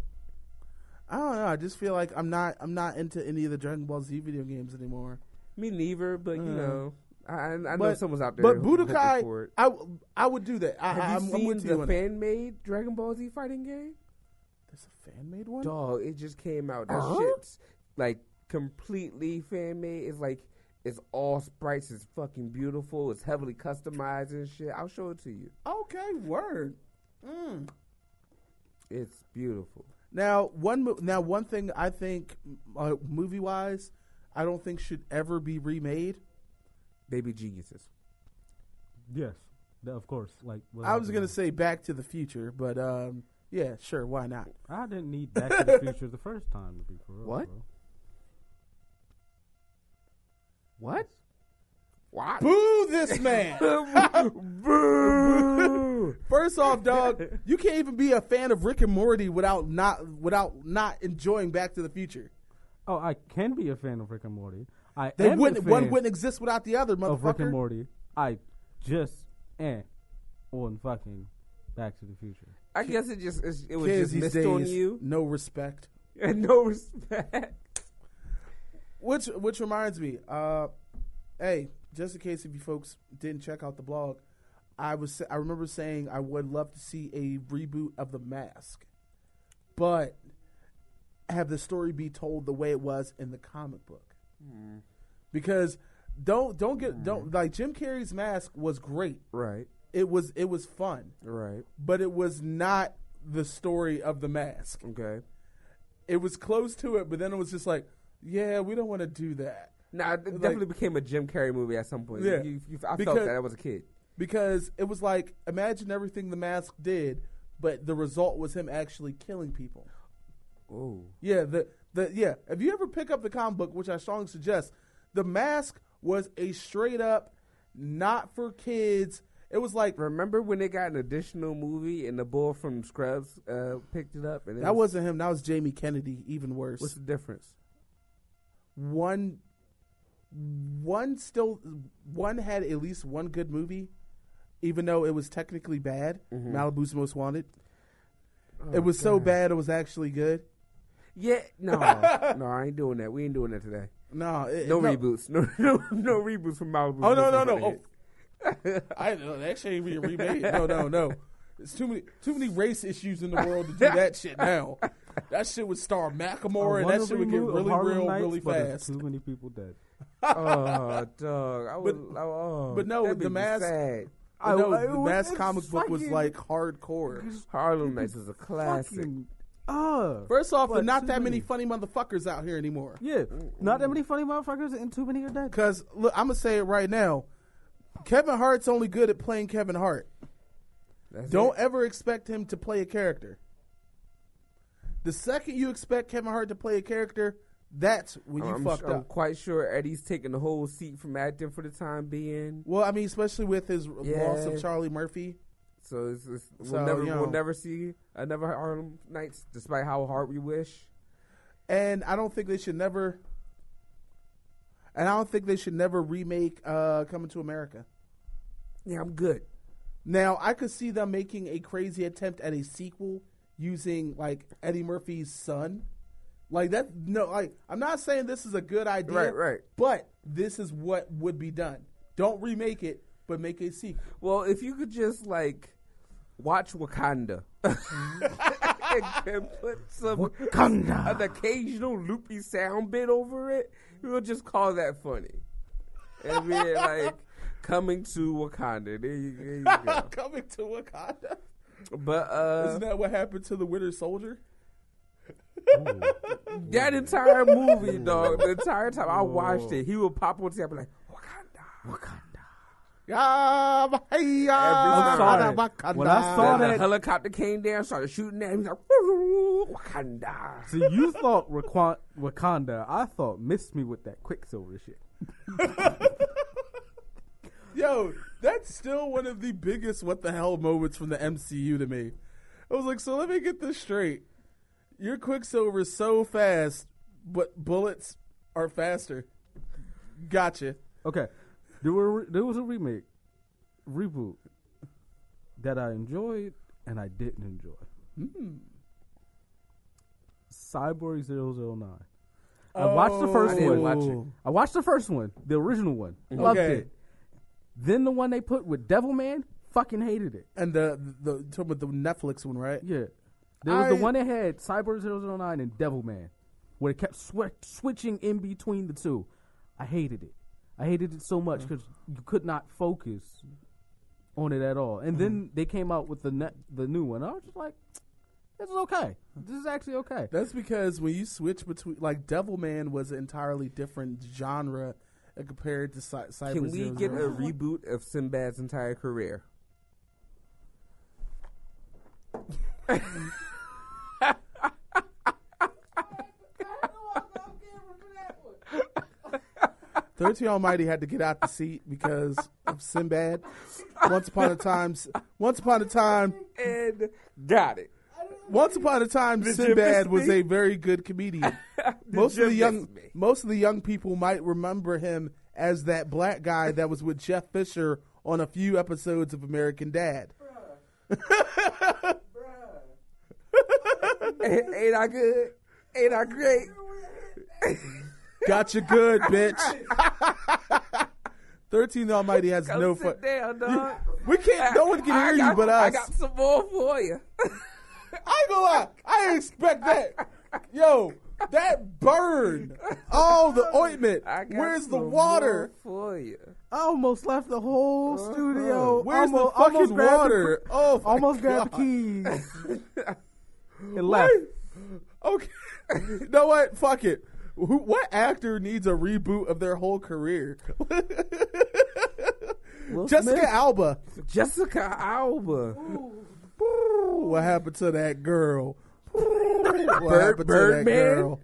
[SPEAKER 5] I don't know. I just feel like I'm not. I'm not into any of the Dragon Ball Z video games anymore.
[SPEAKER 3] Me neither, but you
[SPEAKER 5] Mm.
[SPEAKER 3] know, I, I I know
[SPEAKER 5] But-
[SPEAKER 3] someone's out there.
[SPEAKER 5] But
[SPEAKER 3] who- looking for
[SPEAKER 5] Budokai,
[SPEAKER 3] it.
[SPEAKER 5] I, w- I would do that. I,
[SPEAKER 3] Have
[SPEAKER 5] I'm,
[SPEAKER 3] you
[SPEAKER 5] I'm
[SPEAKER 3] seen
[SPEAKER 5] with you
[SPEAKER 3] the
[SPEAKER 5] on that.
[SPEAKER 3] fan made Dragon Ball Z fighting game?
[SPEAKER 5] There's a fan made one.
[SPEAKER 3] Dog, it just came out. That
[SPEAKER 5] Huh?
[SPEAKER 3] shit's like completely fan made. It's like it's all sprites. It's fucking beautiful. It's heavily customized and shit. I'll show it to you.
[SPEAKER 5] Okay, word. Mm.
[SPEAKER 3] It's beautiful.
[SPEAKER 5] Now one mo- now one thing I think uh, movie wise, I don't think should ever be remade.
[SPEAKER 3] Baby geniuses.
[SPEAKER 4] Yes, that- of course. Like what
[SPEAKER 5] I
[SPEAKER 4] happened
[SPEAKER 5] was gonna
[SPEAKER 4] there.
[SPEAKER 5] say Back to the Future, but um, yeah, sure, why not?
[SPEAKER 4] I didn't need Back to the Future the first time to be for real.
[SPEAKER 3] What?
[SPEAKER 4] bro.
[SPEAKER 3] What? What?
[SPEAKER 5] Boo this man!
[SPEAKER 3] [laughs] Boo!
[SPEAKER 5] [laughs] First off, dog, you can't even be a fan of Rick and Morty without not without not enjoying Back to the Future.
[SPEAKER 4] Oh, I can be a fan of Rick and Morty. I
[SPEAKER 5] They
[SPEAKER 4] am a
[SPEAKER 5] wouldn't one
[SPEAKER 4] fan
[SPEAKER 5] wouldn't exist without the other,
[SPEAKER 4] of Rick and
[SPEAKER 5] motherfucker.
[SPEAKER 4] Morty. I just eh on fucking Back to the Future.
[SPEAKER 3] I guess it just it's, it was
[SPEAKER 5] Kids
[SPEAKER 3] just
[SPEAKER 5] these
[SPEAKER 3] missed on
[SPEAKER 5] days,
[SPEAKER 3] you
[SPEAKER 5] no respect.
[SPEAKER 3] and no respect.
[SPEAKER 5] Which which reminds me, uh, hey, just in case if you folks didn't check out the blog, I was I remember saying I would love to see a reboot of The Mask, but have the story be told the way it was in the comic book, because don't don't get don't like Jim Carrey's Mask was great.
[SPEAKER 3] Right,
[SPEAKER 5] It was it was fun,
[SPEAKER 3] right,
[SPEAKER 5] but it was not the story of The Mask
[SPEAKER 3] okay.
[SPEAKER 5] it was close to it, but then it was just like, yeah, we don't want to do that
[SPEAKER 3] Nah, it definitely became a Jim Carrey movie at some point.
[SPEAKER 5] Yeah.
[SPEAKER 3] You- you- I felt
[SPEAKER 5] Because-
[SPEAKER 3] that I was a kid.
[SPEAKER 5] because it was like, imagine everything the mask did, but the result was him actually killing people.
[SPEAKER 3] Oh,
[SPEAKER 5] Yeah, the the yeah. If you ever pick up the comic book, which I strongly suggest, the mask was a straight up not for kids. It was like
[SPEAKER 3] remember when they got an additional movie and the boy from Scrubs uh, picked it up? And it
[SPEAKER 5] that wasn't him. That was Jamie Kennedy. Even worse.
[SPEAKER 3] what's the difference?
[SPEAKER 5] one one still one had at least one good movie, even though it was technically bad. Malibu's Most Wanted. it was so bad it was actually good.
[SPEAKER 3] Yeah, no, [laughs] no, I ain't doing that. We ain't doing that today.
[SPEAKER 5] No, it,
[SPEAKER 3] No,
[SPEAKER 5] no
[SPEAKER 3] reboots. No, [laughs] no, no reboots from Malibu.
[SPEAKER 5] Oh no no no! Oh. [laughs] I know that shit ain't being remade. No no no! It's too many too many race issues in the world to do that shit now. That shit would star Macklemore, and that shit would get really real really fast.
[SPEAKER 4] Too many people dead.
[SPEAKER 5] [laughs]
[SPEAKER 3] oh, dog. I was,
[SPEAKER 5] But-
[SPEAKER 3] oh,
[SPEAKER 5] but no,
[SPEAKER 3] that'd
[SPEAKER 5] the
[SPEAKER 3] be
[SPEAKER 5] mask-
[SPEAKER 3] sad.
[SPEAKER 5] But no,
[SPEAKER 4] I- it
[SPEAKER 5] the
[SPEAKER 4] was-
[SPEAKER 5] Mass
[SPEAKER 4] it's
[SPEAKER 5] comic book was
[SPEAKER 4] fucking-
[SPEAKER 5] like hardcore.
[SPEAKER 3] Harlem Nights is a classic.
[SPEAKER 4] Fucking, uh,
[SPEAKER 5] First off,
[SPEAKER 4] But
[SPEAKER 5] there not
[SPEAKER 4] too
[SPEAKER 5] that many
[SPEAKER 4] many.
[SPEAKER 5] funny motherfuckers out here anymore.
[SPEAKER 4] yeah, not that many funny motherfuckers, and too many are dead.
[SPEAKER 5] Because look, I'm gonna say it right now. Kevin Hart's only good at playing Kevin Hart.
[SPEAKER 3] That's
[SPEAKER 5] Don't ever expect him to play a character. The second you expect Kevin Hart to play a character, that's when you
[SPEAKER 3] Oh, I'm,
[SPEAKER 5] fucked
[SPEAKER 3] I'm
[SPEAKER 5] up.
[SPEAKER 3] quite sure Eddie's taking the whole seat from acting for the time being.
[SPEAKER 5] Well, I mean, especially with his loss
[SPEAKER 3] Yeah.
[SPEAKER 5] of Charlie Murphy.
[SPEAKER 3] So it's, it's, we'll
[SPEAKER 5] So,
[SPEAKER 3] never
[SPEAKER 5] you know.
[SPEAKER 3] we'll never see another Harlem Nights, despite how hard we wish.
[SPEAKER 5] And I don't think they should never and I don't think they should never remake uh Coming to America.
[SPEAKER 3] Yeah, I'm good.
[SPEAKER 5] Now I could see them making a crazy attempt at a sequel using like Eddie Murphy's son. Like that no, like I'm not saying this is a good idea.
[SPEAKER 3] Right, right.
[SPEAKER 5] But this is what would be done. Don't remake it, but make a
[SPEAKER 3] [laughs]
[SPEAKER 5] sequel.
[SPEAKER 3] Well, if you could just like watch Wakanda.
[SPEAKER 5] Mm-hmm.
[SPEAKER 3] [laughs] and then put some
[SPEAKER 4] Wakanda.
[SPEAKER 3] an occasional loopy sound bit over it, we'll just call that funny. And [laughs] be like coming to Wakanda. There you, there you [laughs] go.
[SPEAKER 5] [laughs] Coming to Wakanda.
[SPEAKER 3] But uh
[SPEAKER 5] Isn't that what happened to the Winter Soldier?
[SPEAKER 3] That entire [laughs] movie, dog. The entire time I watched it, he would pop on TV and be like, Wakanda.
[SPEAKER 5] Yeah,
[SPEAKER 3] time.
[SPEAKER 5] hey, yeah, Wakanda.
[SPEAKER 4] When I saw
[SPEAKER 3] Then "Oh, the
[SPEAKER 4] that-
[SPEAKER 3] helicopter came down, started shooting at him. He's like, [laughs] "Woo, Wakanda.
[SPEAKER 4] So you thought Raquan- Wakanda? I thought missed me with that Quicksilver shit.
[SPEAKER 5] Yo, that's still one of the biggest what the hell moments from the MCU to me. I was like, so let me get this straight. Your Quicksilver is so fast, but bullets are faster. Gotcha.
[SPEAKER 4] Okay, there were there was a remake, reboot that I enjoyed and I didn't enjoy. Cyborg 009. I watched the first
[SPEAKER 3] I didn't
[SPEAKER 4] one.
[SPEAKER 3] watch it.
[SPEAKER 4] I watched the first one, the original one. Loved
[SPEAKER 5] Okay.
[SPEAKER 4] it. Then the one they put with Devilman, fucking hated it.
[SPEAKER 5] And the the the- talking about the Netflix one, right?
[SPEAKER 4] Yeah. There was the
[SPEAKER 5] I-
[SPEAKER 4] one that had Cyber 009 and Devilman, where it kept swi- switching in between the two. I hated it. I hated it so much
[SPEAKER 5] Mm.
[SPEAKER 4] because you could not focus on it at all. And then
[SPEAKER 5] Mm-hmm.
[SPEAKER 4] they came out with the ne- the new one. I was just like, this is okay. This is actually okay.
[SPEAKER 5] That's because when you switch between, like, Devilman was an entirely different genre uh, compared to Cy- Cyber
[SPEAKER 3] Can we get a
[SPEAKER 5] 009.
[SPEAKER 3] reboot of Sinbad's entire career?
[SPEAKER 5] Thirteen Almighty had to get out the seat because
[SPEAKER 3] [laughs]
[SPEAKER 5] of Sinbad. Once upon a time, once upon a time,
[SPEAKER 3] And got it.
[SPEAKER 5] once upon a time,
[SPEAKER 3] Did you
[SPEAKER 5] Sinbad
[SPEAKER 3] miss
[SPEAKER 5] was
[SPEAKER 3] me?
[SPEAKER 5] a very good comedian.
[SPEAKER 3] [laughs] Did
[SPEAKER 5] most
[SPEAKER 3] you
[SPEAKER 5] of the young,
[SPEAKER 3] miss me?
[SPEAKER 5] most of the young people might remember him as that black guy that was with Jeff Fisher on a few episodes of American Dad.
[SPEAKER 3] ain't [laughs] ain't I good? Ain't I great? [laughs]
[SPEAKER 5] Gotcha good, bitch. Thirteen Almighty has
[SPEAKER 3] Come
[SPEAKER 5] no
[SPEAKER 3] sit
[SPEAKER 5] fun.
[SPEAKER 3] down, dog.
[SPEAKER 5] We can't. No one can
[SPEAKER 3] I
[SPEAKER 5] hear
[SPEAKER 3] got-
[SPEAKER 5] you but
[SPEAKER 3] I
[SPEAKER 5] us.
[SPEAKER 3] got some more for you.
[SPEAKER 5] I ain't gonna lie. I didn't expect that. Yo,
[SPEAKER 3] [laughs]
[SPEAKER 5] that burn. Oh, the ointment.
[SPEAKER 3] I got
[SPEAKER 5] Where's the
[SPEAKER 3] some
[SPEAKER 5] water?
[SPEAKER 3] more for you?
[SPEAKER 4] I almost left the whole studio.
[SPEAKER 5] Uh-huh. Where's the
[SPEAKER 4] Almost-
[SPEAKER 5] fucking
[SPEAKER 4] almost grabbed the-
[SPEAKER 5] water? oh, my
[SPEAKER 4] almost grabbed the
[SPEAKER 5] God.
[SPEAKER 4] keys. and left.
[SPEAKER 5] [laughs] Okay. you know what? Fuck it. Who, what actor needs a reboot of their whole career? [laughs]
[SPEAKER 3] Will
[SPEAKER 5] Jessica
[SPEAKER 3] Smith?
[SPEAKER 5] Alba.
[SPEAKER 3] Jessica Alba.
[SPEAKER 5] What happened to that girl? What happened to
[SPEAKER 3] Bird,
[SPEAKER 5] that
[SPEAKER 3] Birdman.
[SPEAKER 5] girl?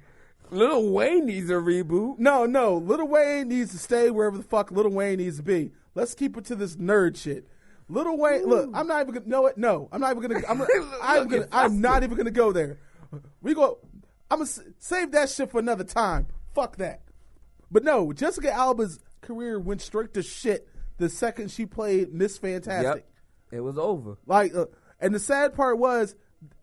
[SPEAKER 3] Little Wayne needs a reboot.
[SPEAKER 5] No, no. Little Wayne needs to stay wherever the fuck Little Wayne needs to be. Let's keep it to this nerd shit. Little Wayne, look, I'm not even gonna. No, no, I'm not even gonna.
[SPEAKER 3] [laughs]
[SPEAKER 5] I'm, I'm
[SPEAKER 3] Look,
[SPEAKER 5] gonna. I'm not even gonna go there. We go. I'm gonna s- save that shit for another time. Fuck that. But no, Jessica Alba's career went straight to shit the second she played Miss Fantastic.
[SPEAKER 3] Yep, it was over.
[SPEAKER 5] Like, uh, and the sad part was,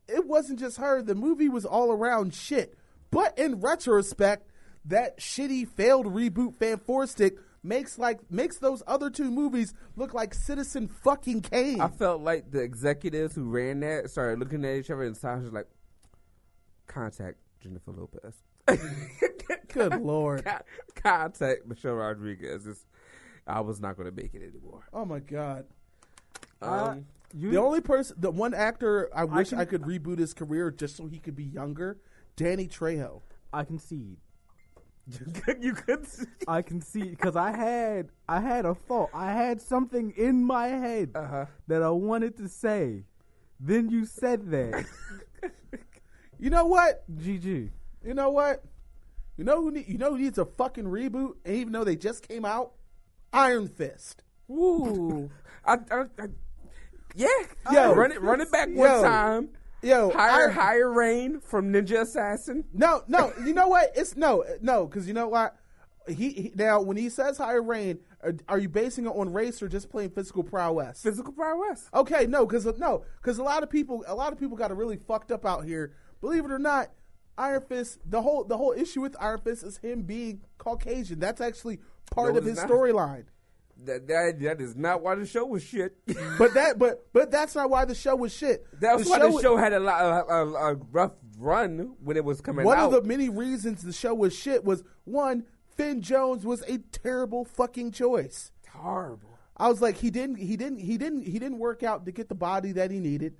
[SPEAKER 5] it wasn't just her. The movie was all around shit. But in retrospect, that shitty failed reboot fanforstic makes like makes those other two movies look like Citizen fucking Kane.
[SPEAKER 3] I felt like the executives who ran that started looking at each other, and Sasha's like, "Contact Jennifer Lopez. [laughs]
[SPEAKER 5] Good [laughs] lord.
[SPEAKER 3] Con- Contact Michelle Rodriguez." It's- I was not going to make it anymore. [laughs]
[SPEAKER 5] Oh my god.
[SPEAKER 4] Uh,
[SPEAKER 3] Um,
[SPEAKER 4] you,
[SPEAKER 5] The only person, the one actor, I wish I,
[SPEAKER 4] can-
[SPEAKER 5] could reboot his career just so he could be younger. Danny Trejo.
[SPEAKER 4] I concede.
[SPEAKER 3] you could. see-
[SPEAKER 4] I concede because I had I had a thought. I had something in my head that I wanted to say. Then you said [laughs] that.
[SPEAKER 5] You know what?
[SPEAKER 4] GG.
[SPEAKER 5] You know what? You know who need, you know who needs a fucking reboot? And even though they just came out, Iron Fist.
[SPEAKER 3] Ooh, I, I, I, yeah,
[SPEAKER 5] Yo.
[SPEAKER 3] run it, run it back one
[SPEAKER 5] Yo.
[SPEAKER 3] time.
[SPEAKER 5] Yo,
[SPEAKER 3] higher,
[SPEAKER 5] Iron-
[SPEAKER 3] higher rain from Ninja Assassin.
[SPEAKER 5] No, no. You know what? It's no, no. Because you know what? He, he now when he says higher rain, are, are you basing it on race or just plain physical prowess?
[SPEAKER 3] Physical prowess.
[SPEAKER 5] Okay, no, because no, because a lot of people, a lot of people got it really fucked up out here. Believe it or not, Iron Fist. The whole the whole issue with Iron Fist is him being Caucasian. That's actually part
[SPEAKER 3] No,
[SPEAKER 5] of his
[SPEAKER 3] it's not.
[SPEAKER 5] storyline.
[SPEAKER 3] That, that that is not why the show was shit. [laughs]
[SPEAKER 5] But that, but but that's not why the show was shit.
[SPEAKER 3] That's why the
[SPEAKER 5] was-
[SPEAKER 3] show had a lot a, a, a rough run when it was coming
[SPEAKER 5] One
[SPEAKER 3] out.
[SPEAKER 5] of the many reasons the show was shit was one, Finn Jones was a terrible fucking choice.
[SPEAKER 3] horrible.
[SPEAKER 5] I was like, he didn't, he didn't, he didn't, he didn't work out to get the body that he needed.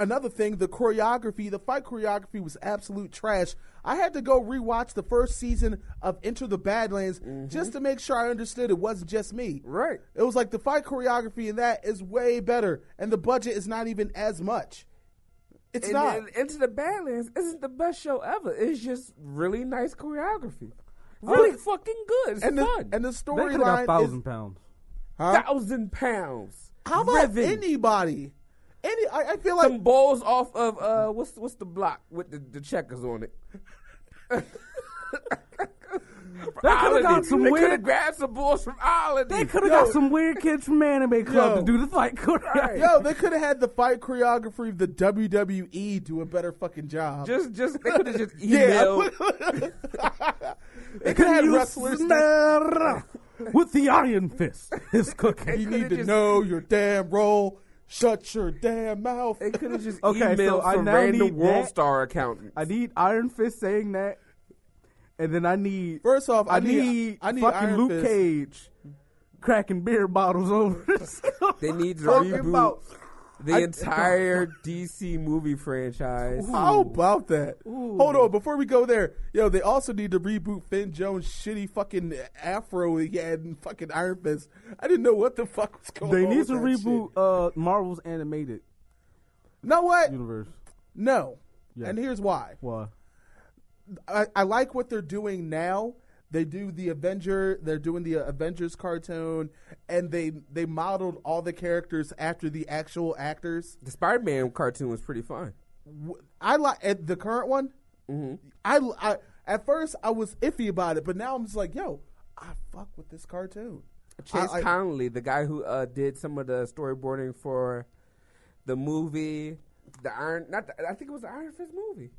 [SPEAKER 5] Another thing, the choreography, the fight choreography was absolute trash. I had to go rewatch the first season of Enter the Badlands just to make sure I understood it wasn't just me.
[SPEAKER 3] Mm-hmm. Right.
[SPEAKER 5] It was like the fight choreography in that is way better, and the budget is not even as much. It's
[SPEAKER 3] And,
[SPEAKER 5] not.
[SPEAKER 3] and Into the Badlands isn't the best show ever. It's just really nice choreography. Really fucking good. It's
[SPEAKER 5] and the,
[SPEAKER 3] fun.
[SPEAKER 5] and the
[SPEAKER 4] They could have got
[SPEAKER 5] storyline is
[SPEAKER 4] thousand pounds.
[SPEAKER 5] huh?
[SPEAKER 3] thousand pounds.
[SPEAKER 5] How about
[SPEAKER 3] Revan.
[SPEAKER 5] anybody? Any, I, I feel like
[SPEAKER 3] Some balls off of uh, what's what's the block with the, the checkers on it?
[SPEAKER 4] They could have got
[SPEAKER 3] Ireland.
[SPEAKER 4] some
[SPEAKER 3] They coulda
[SPEAKER 4] weird.
[SPEAKER 3] grabbed some balls from Ireland.
[SPEAKER 4] They could have got some weird kids from Anime Club
[SPEAKER 5] Yo.
[SPEAKER 4] to do the fight choreography.
[SPEAKER 5] yo, they could have had the fight choreography of the WWE do a better fucking job.
[SPEAKER 3] just just they could have
[SPEAKER 4] [laughs]
[SPEAKER 3] just
[SPEAKER 5] yeah, [laughs]
[SPEAKER 3] emailed.
[SPEAKER 5] they could have had
[SPEAKER 4] You
[SPEAKER 5] wrestlers. do-
[SPEAKER 4] smell [laughs] with the iron fist [laughs] is cooking.
[SPEAKER 5] You need
[SPEAKER 3] coulda
[SPEAKER 5] to
[SPEAKER 3] just-
[SPEAKER 5] know your damn role. Shut your damn mouth.
[SPEAKER 3] They could have just
[SPEAKER 4] Okay, so
[SPEAKER 3] emailed
[SPEAKER 4] I
[SPEAKER 3] some
[SPEAKER 4] now
[SPEAKER 3] random
[SPEAKER 4] need
[SPEAKER 3] world
[SPEAKER 4] that.
[SPEAKER 3] star accountant.
[SPEAKER 4] I need Iron Fist saying that, and then I need
[SPEAKER 5] First off, I,
[SPEAKER 4] I need,
[SPEAKER 5] I need
[SPEAKER 4] fucking
[SPEAKER 5] Iron
[SPEAKER 4] Luke
[SPEAKER 5] Fist.
[SPEAKER 4] Cage cracking beer bottles over. [laughs] his-
[SPEAKER 3] They need to
[SPEAKER 4] Talking
[SPEAKER 3] reboot
[SPEAKER 4] about-
[SPEAKER 3] the entire DC movie franchise.
[SPEAKER 5] How about that? Hold on, before we go there, yo, they also need to reboot Finn Jones' shitty fucking afro he had and fucking Iron Fist. I didn't know what the fuck was going
[SPEAKER 4] They
[SPEAKER 5] on.
[SPEAKER 4] need
[SPEAKER 5] with
[SPEAKER 4] to
[SPEAKER 5] that
[SPEAKER 4] reboot
[SPEAKER 5] shit.
[SPEAKER 4] uh, Marvel's animated
[SPEAKER 5] Know what?
[SPEAKER 4] universe.
[SPEAKER 5] No.
[SPEAKER 4] Yeah.
[SPEAKER 5] And here's why.
[SPEAKER 4] Why?
[SPEAKER 5] I, I like what they're doing now. They do the Avenger. They're doing the uh, Avengers cartoon, and they they modeled all the characters after the actual actors.
[SPEAKER 3] The Spider Man cartoon was pretty fun.
[SPEAKER 5] W- I like at the current one.
[SPEAKER 3] Mm-hmm.
[SPEAKER 5] I, I at first I was iffy about it, but now I'm just like, yo, I fuck with this cartoon.
[SPEAKER 3] Chase
[SPEAKER 5] I- I-
[SPEAKER 3] Connolly, the guy who uh, did some of the storyboarding for the movie, the Iron, not the, I think it was the Iron Fist movie.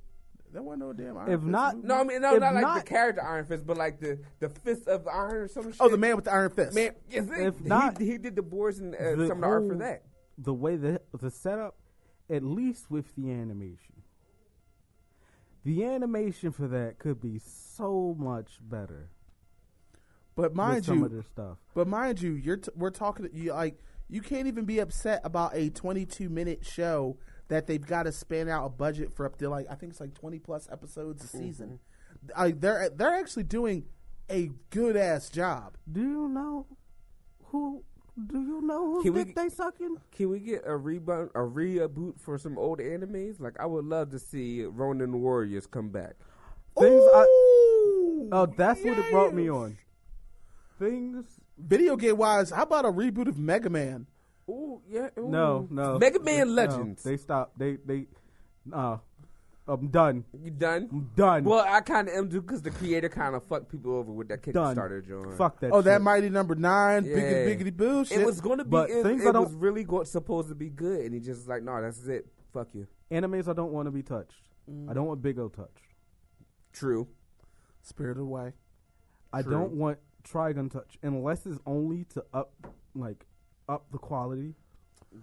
[SPEAKER 5] That wasn't no damn. Iron
[SPEAKER 4] If
[SPEAKER 5] Fist
[SPEAKER 4] not-
[SPEAKER 5] movie.
[SPEAKER 3] No, I mean no,
[SPEAKER 4] If
[SPEAKER 3] not like
[SPEAKER 4] not-
[SPEAKER 3] the character Iron Fist, but like the the fist of the iron or some shit.
[SPEAKER 5] oh, the man with the iron fist.
[SPEAKER 3] man. Yes, they-
[SPEAKER 4] If not-
[SPEAKER 3] he, he did the boards and uh, some of the art for
[SPEAKER 4] whole-
[SPEAKER 3] that.
[SPEAKER 4] The way the the setup, at least with the animation. The animation for that could be so much better.
[SPEAKER 5] but
[SPEAKER 4] with
[SPEAKER 5] mind
[SPEAKER 4] some
[SPEAKER 5] you,
[SPEAKER 4] of their stuff.
[SPEAKER 5] But mind you, you're t- we're talking you like you can't even be upset about a 22 minute show that they've got to span out a budget for up to like I think it's like 20 plus episodes a
[SPEAKER 4] Mm-hmm.
[SPEAKER 5] season. I, they're they're actually doing a good ass job.
[SPEAKER 4] Do you know who Do you know whose
[SPEAKER 3] Can we-
[SPEAKER 4] dick they sucking?
[SPEAKER 3] Can we get a reboot, a reboot for some old animes? Like I would love to see Ronin Warriors come back.
[SPEAKER 4] Things I.
[SPEAKER 5] Ooh,
[SPEAKER 4] Oh, that's what it brought me
[SPEAKER 5] yes.
[SPEAKER 4] on. Things.
[SPEAKER 5] Video game wise, how about a reboot of Mega Man?
[SPEAKER 3] Ooh, yeah. ooh.
[SPEAKER 4] No, no.
[SPEAKER 3] Mega Man
[SPEAKER 4] No,
[SPEAKER 3] Legends.
[SPEAKER 4] they stopped. They they. Uh, I'm done.
[SPEAKER 3] you done?
[SPEAKER 4] I'm done.
[SPEAKER 3] Well, I kind of am too because the creator kind of fucked people over with that
[SPEAKER 4] done.
[SPEAKER 3] Kickstarter joint.
[SPEAKER 4] Fuck that.
[SPEAKER 5] Oh, that
[SPEAKER 4] shit.
[SPEAKER 5] mighty number nine,
[SPEAKER 3] Yeah.
[SPEAKER 5] biggity biggity bullshit.
[SPEAKER 3] It was going to be.
[SPEAKER 4] But
[SPEAKER 3] it
[SPEAKER 4] things
[SPEAKER 3] it
[SPEAKER 4] I don't-
[SPEAKER 3] was really go- supposed to be good, and he just like, no, that's it. Fuck you.
[SPEAKER 4] Animes I don't want to be touched.
[SPEAKER 3] Mm.
[SPEAKER 4] I don't want Big O touched.
[SPEAKER 3] True.
[SPEAKER 5] Spirited Away.
[SPEAKER 4] I
[SPEAKER 3] True.
[SPEAKER 4] don't want Trigun touch unless it's only to up like up the quality.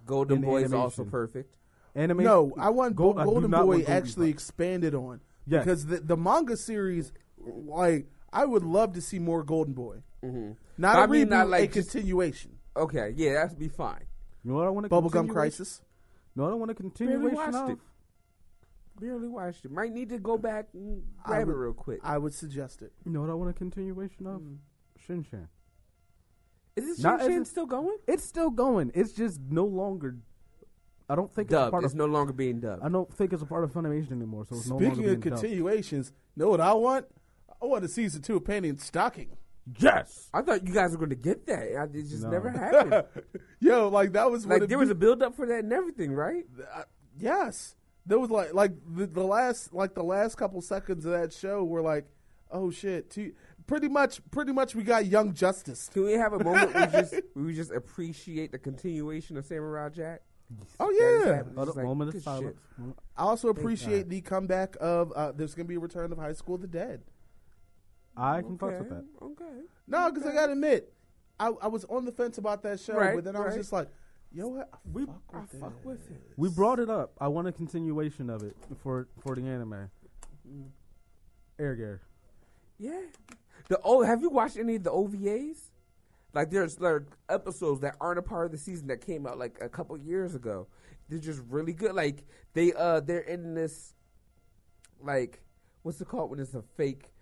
[SPEAKER 3] Golden
[SPEAKER 4] In
[SPEAKER 3] Boy is also
[SPEAKER 4] animation.
[SPEAKER 3] perfect.
[SPEAKER 4] Anime.
[SPEAKER 5] no, I want
[SPEAKER 4] Go-
[SPEAKER 5] Go-
[SPEAKER 4] I do
[SPEAKER 5] Golden
[SPEAKER 4] not
[SPEAKER 5] Boy
[SPEAKER 4] want Golden
[SPEAKER 5] actually
[SPEAKER 4] Boy.
[SPEAKER 5] expanded on.
[SPEAKER 4] Yes.
[SPEAKER 5] Because the, the manga series, like, I would love to see more Golden Boy. Mm-hmm. Not
[SPEAKER 3] But
[SPEAKER 5] a
[SPEAKER 3] I mean,
[SPEAKER 5] reboot,
[SPEAKER 3] not like
[SPEAKER 5] a
[SPEAKER 3] just-
[SPEAKER 5] continuation.
[SPEAKER 3] Okay, yeah, that'd be fine.
[SPEAKER 4] You know what I want to
[SPEAKER 5] Bubblegum Crisis.
[SPEAKER 4] No, I don't want a continuation
[SPEAKER 3] watched
[SPEAKER 4] of.
[SPEAKER 3] it. Barely watched it. Might need to go back and
[SPEAKER 5] I
[SPEAKER 3] grab it
[SPEAKER 5] would-
[SPEAKER 3] real quick.
[SPEAKER 5] I would suggest it.
[SPEAKER 4] You know what I want a continuation of?
[SPEAKER 3] Mm.
[SPEAKER 4] Shin Chan.
[SPEAKER 3] is this
[SPEAKER 4] not
[SPEAKER 3] Shin
[SPEAKER 4] as
[SPEAKER 3] Chan
[SPEAKER 4] a-
[SPEAKER 3] still going?
[SPEAKER 4] It's still going. It's just no longer. I don't think it's a
[SPEAKER 3] Dub.
[SPEAKER 4] part
[SPEAKER 3] It's
[SPEAKER 4] of.
[SPEAKER 3] no longer being dubbed.
[SPEAKER 4] I don't think it's a part of Funimation anymore. So it's no longer
[SPEAKER 5] Speaking
[SPEAKER 4] being
[SPEAKER 5] of
[SPEAKER 4] dubbed.
[SPEAKER 5] continuations, know what I want? I want a season two of Panty and Stocking. [laughs]
[SPEAKER 4] Yes.
[SPEAKER 3] I thought you guys were going to get that. I- It just
[SPEAKER 4] No. [laughs]
[SPEAKER 3] never happened.
[SPEAKER 5] Yo, like that was what
[SPEAKER 3] like
[SPEAKER 5] it
[SPEAKER 3] there was a build up for that and everything, right?
[SPEAKER 5] uh, yes, there was like like the, the last like the last couple seconds of that show were like, oh shit, two, pretty much pretty much we got Young Justice.
[SPEAKER 3] Can we have a moment [laughs] where we just where we just appreciate the continuation of Samurai Jack?
[SPEAKER 5] Oh
[SPEAKER 3] That just
[SPEAKER 5] yeah,
[SPEAKER 3] happened. It's
[SPEAKER 4] Other
[SPEAKER 3] just like,
[SPEAKER 4] moment
[SPEAKER 3] good
[SPEAKER 4] of silence.
[SPEAKER 5] I also appreciate the comeback of uh, there's gonna be a return of High School of the Dead.
[SPEAKER 4] I can
[SPEAKER 3] Okay.
[SPEAKER 4] fuck with that.
[SPEAKER 3] Okay.
[SPEAKER 5] No, because I gotta admit, I, I was on the fence about that show,
[SPEAKER 3] Right,
[SPEAKER 5] but then I was
[SPEAKER 3] right.
[SPEAKER 5] just like, yo, what? I
[SPEAKER 3] We
[SPEAKER 5] fuck
[SPEAKER 3] I
[SPEAKER 5] with it.
[SPEAKER 3] fuck with it.
[SPEAKER 4] We brought it up. I want a continuation of it for for the anime.
[SPEAKER 3] Mm-hmm.
[SPEAKER 4] Air Gear.
[SPEAKER 3] Yeah. The oh, have you watched any of the OVAs? Like there's like episodes that aren't a part of the season that came out like a couple years ago. They're just really good. Like they uh they're in this like what's it called when it's a fake